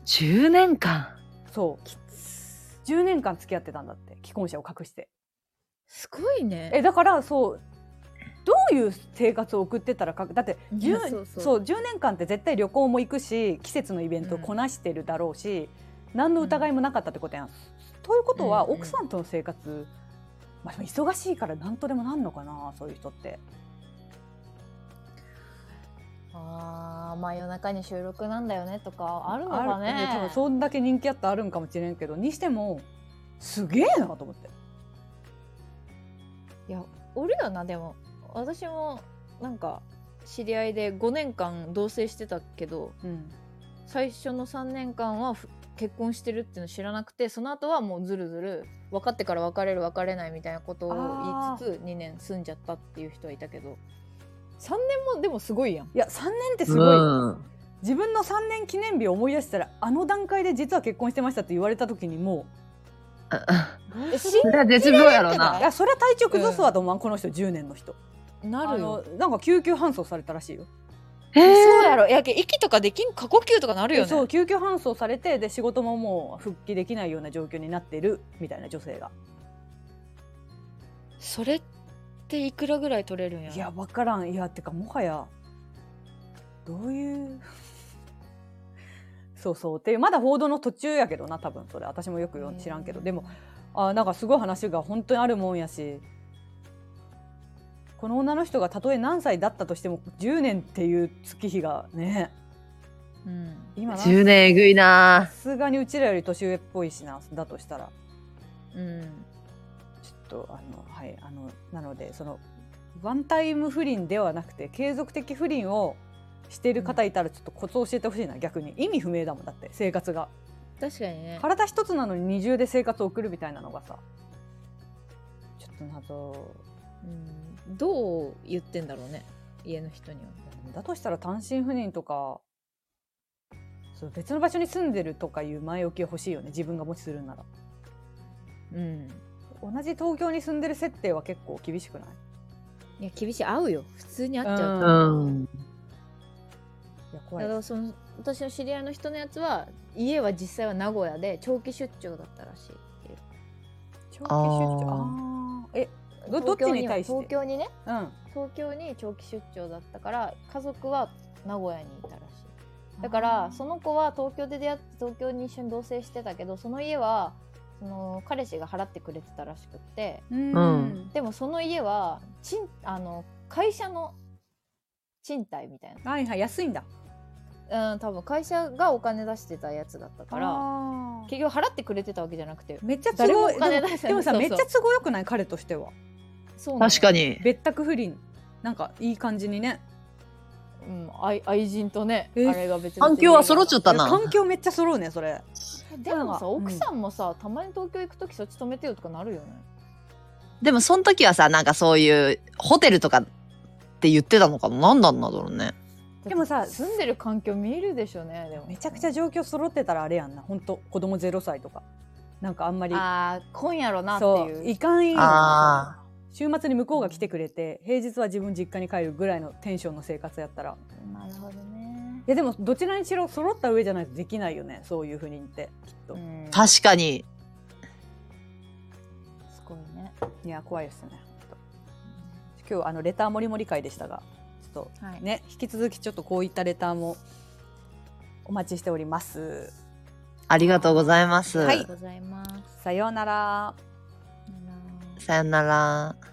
D: 10年間。
A: そう10年間付き合ってたんだって既婚者を隠して
B: すごいね
A: えだからそうどういう生活を送ってたらかだって
B: いや
A: 10
B: そう
A: そ
B: そうう
A: 10年間って絶対旅行も行くし季節のイベントをこなしてるだろうし、何の疑いもなかったってことやん。ということは
C: うんうん
A: 奥さんとの生活、まあ、でも忙しいから何とでもなんのかなそういう人って。
B: あーまあ夜中に収録なんだよねとかあるの
A: あ
B: かね
A: る多分そんだけ人気あったらあるんかもしれんけどにしてもすげえなと思って。
B: いやおるよなでも私もなんか知り合いで5年間同棲してたけど
A: うん
B: 最初の3年間はふ結婚してるっていうの知らなくてその後はもうずるずる分かってから別れる別れないみたいなことを言いつつ2年住んじゃったっていう人はいたけど3年もでもすごいやん
A: いや3年ってす
D: う
A: ごい、
D: ん。
A: 自分の3年記念日を思い出したらあの段階で実は結婚してましたって言われた時にもう
B: し
D: それは絶望やろ
A: い
D: な。
A: やそりゃ体調崩すわと思わん、この人10年の人
B: なるよ
A: あのなんか救急搬送されたらしいよ
D: えー
B: そうやろやけ息とかできん過呼吸とかなるよね
A: そう救急搬送されてで仕事ももう復帰できないような状況になってるみたいな女性が、
B: それっていくらぐらい取れるんやろ
A: いや分からんいやてかもはやどういう そうそうってまだ報道の途中やけどな多分それ私もよくよ知らんけどでもあなんかすごい話が本当にあるもんやしこの女の人がたとえ何歳だったとしても10年っていう月日がね
B: うん
A: 今なさ
D: 10年えぐいな。
A: すがにうちらより年上っぽいしなだとしたら
B: うん
A: ちょっとあのはいあのなのでそのワンタイム不倫ではなくて継続的不倫をしている方いたらちょっとコツを教えてほしいな、逆に意味不明だもんだって生活が
B: 確かにね
A: 体一つなのに二重で生活を送るみたいなのがさちょっと謎
B: うんどう言ってんだろうね家の人には
A: だとしたら単身赴任とかそう別の場所に住んでるとかいう前置きが欲しいよね自分がもしするんなら
B: うん
A: 同じ東京に住んでる設定は結構厳しくない
B: いや厳しい合うよ普通に会っちゃう
A: う
B: か
D: うん。
A: いや
B: ら
A: 怖い
B: だか
A: で
B: ら
A: す
B: その私の知り合いの人のやつは家は実際は名古屋で長期出張だったらしいっていう
A: 長期出張
D: あ
A: あーえど
B: 東京
A: どっちに対して
B: 東京にね
A: うん
B: 東京に長期出張だったから家族は名古屋にいたらしいだからその子は東京で出会って東京に一緒に同棲してたけどその家はその彼氏が払ってくれてたらしくって
A: うん
D: うん
B: でもその家はちんあの会社の賃貸みたい
A: はいはい安いんだ
B: な、うん、多分会社がお金出してたやつだったから
A: あー
B: 結局払ってくれてたわけじゃなくて
A: めっちゃ都
B: 誰も
A: 合
B: お金
A: でも
B: 出して
A: でもさ
B: そう
A: め
B: そ
A: っ
B: う
A: ちゃ都合よくない彼としては
B: そうなの
D: 確かに。
A: 別宅不倫なんかいい感じにね
B: うん、愛愛人とね、
A: えー
B: あれが別に
D: 環境は揃っちゃった
A: いや
D: な。
A: 環境めっちゃ揃うねそれ
B: でもさ
A: うん
B: 奥さんもさ、たまに東京行く時そっち止めてよとかなるよね
D: でも、その時はさ、なんかそういう、ホテルとかって言ってたのかななんなんだろうね。
A: でもさ
B: 住んでる環境見えるでしょうねでも
A: めちゃくちゃ状況揃ってたらあれやんな本当子供ゼロ歳とかなんかあんまり
B: ああ今やろなって
A: そ
B: いう
A: ういかんよ
D: あ
A: 週末に向こうが来てくれて平日は自分実家に帰るぐらいのテンションの生活やったら
B: なるほどね
A: いやでもどちらにしろ揃った上じゃないとできないよねそういう不倫ってきっと、
B: うん
D: 確かに。
B: すごいね
A: いや怖いですね今日あのレターもりもり会でしたがちょっ
B: はい
A: とね引き続きちょっとこういったレターもお待ちしております
D: ありがとうございます。
B: ありがとうございます
A: さようなら
B: あのー
D: さよなら。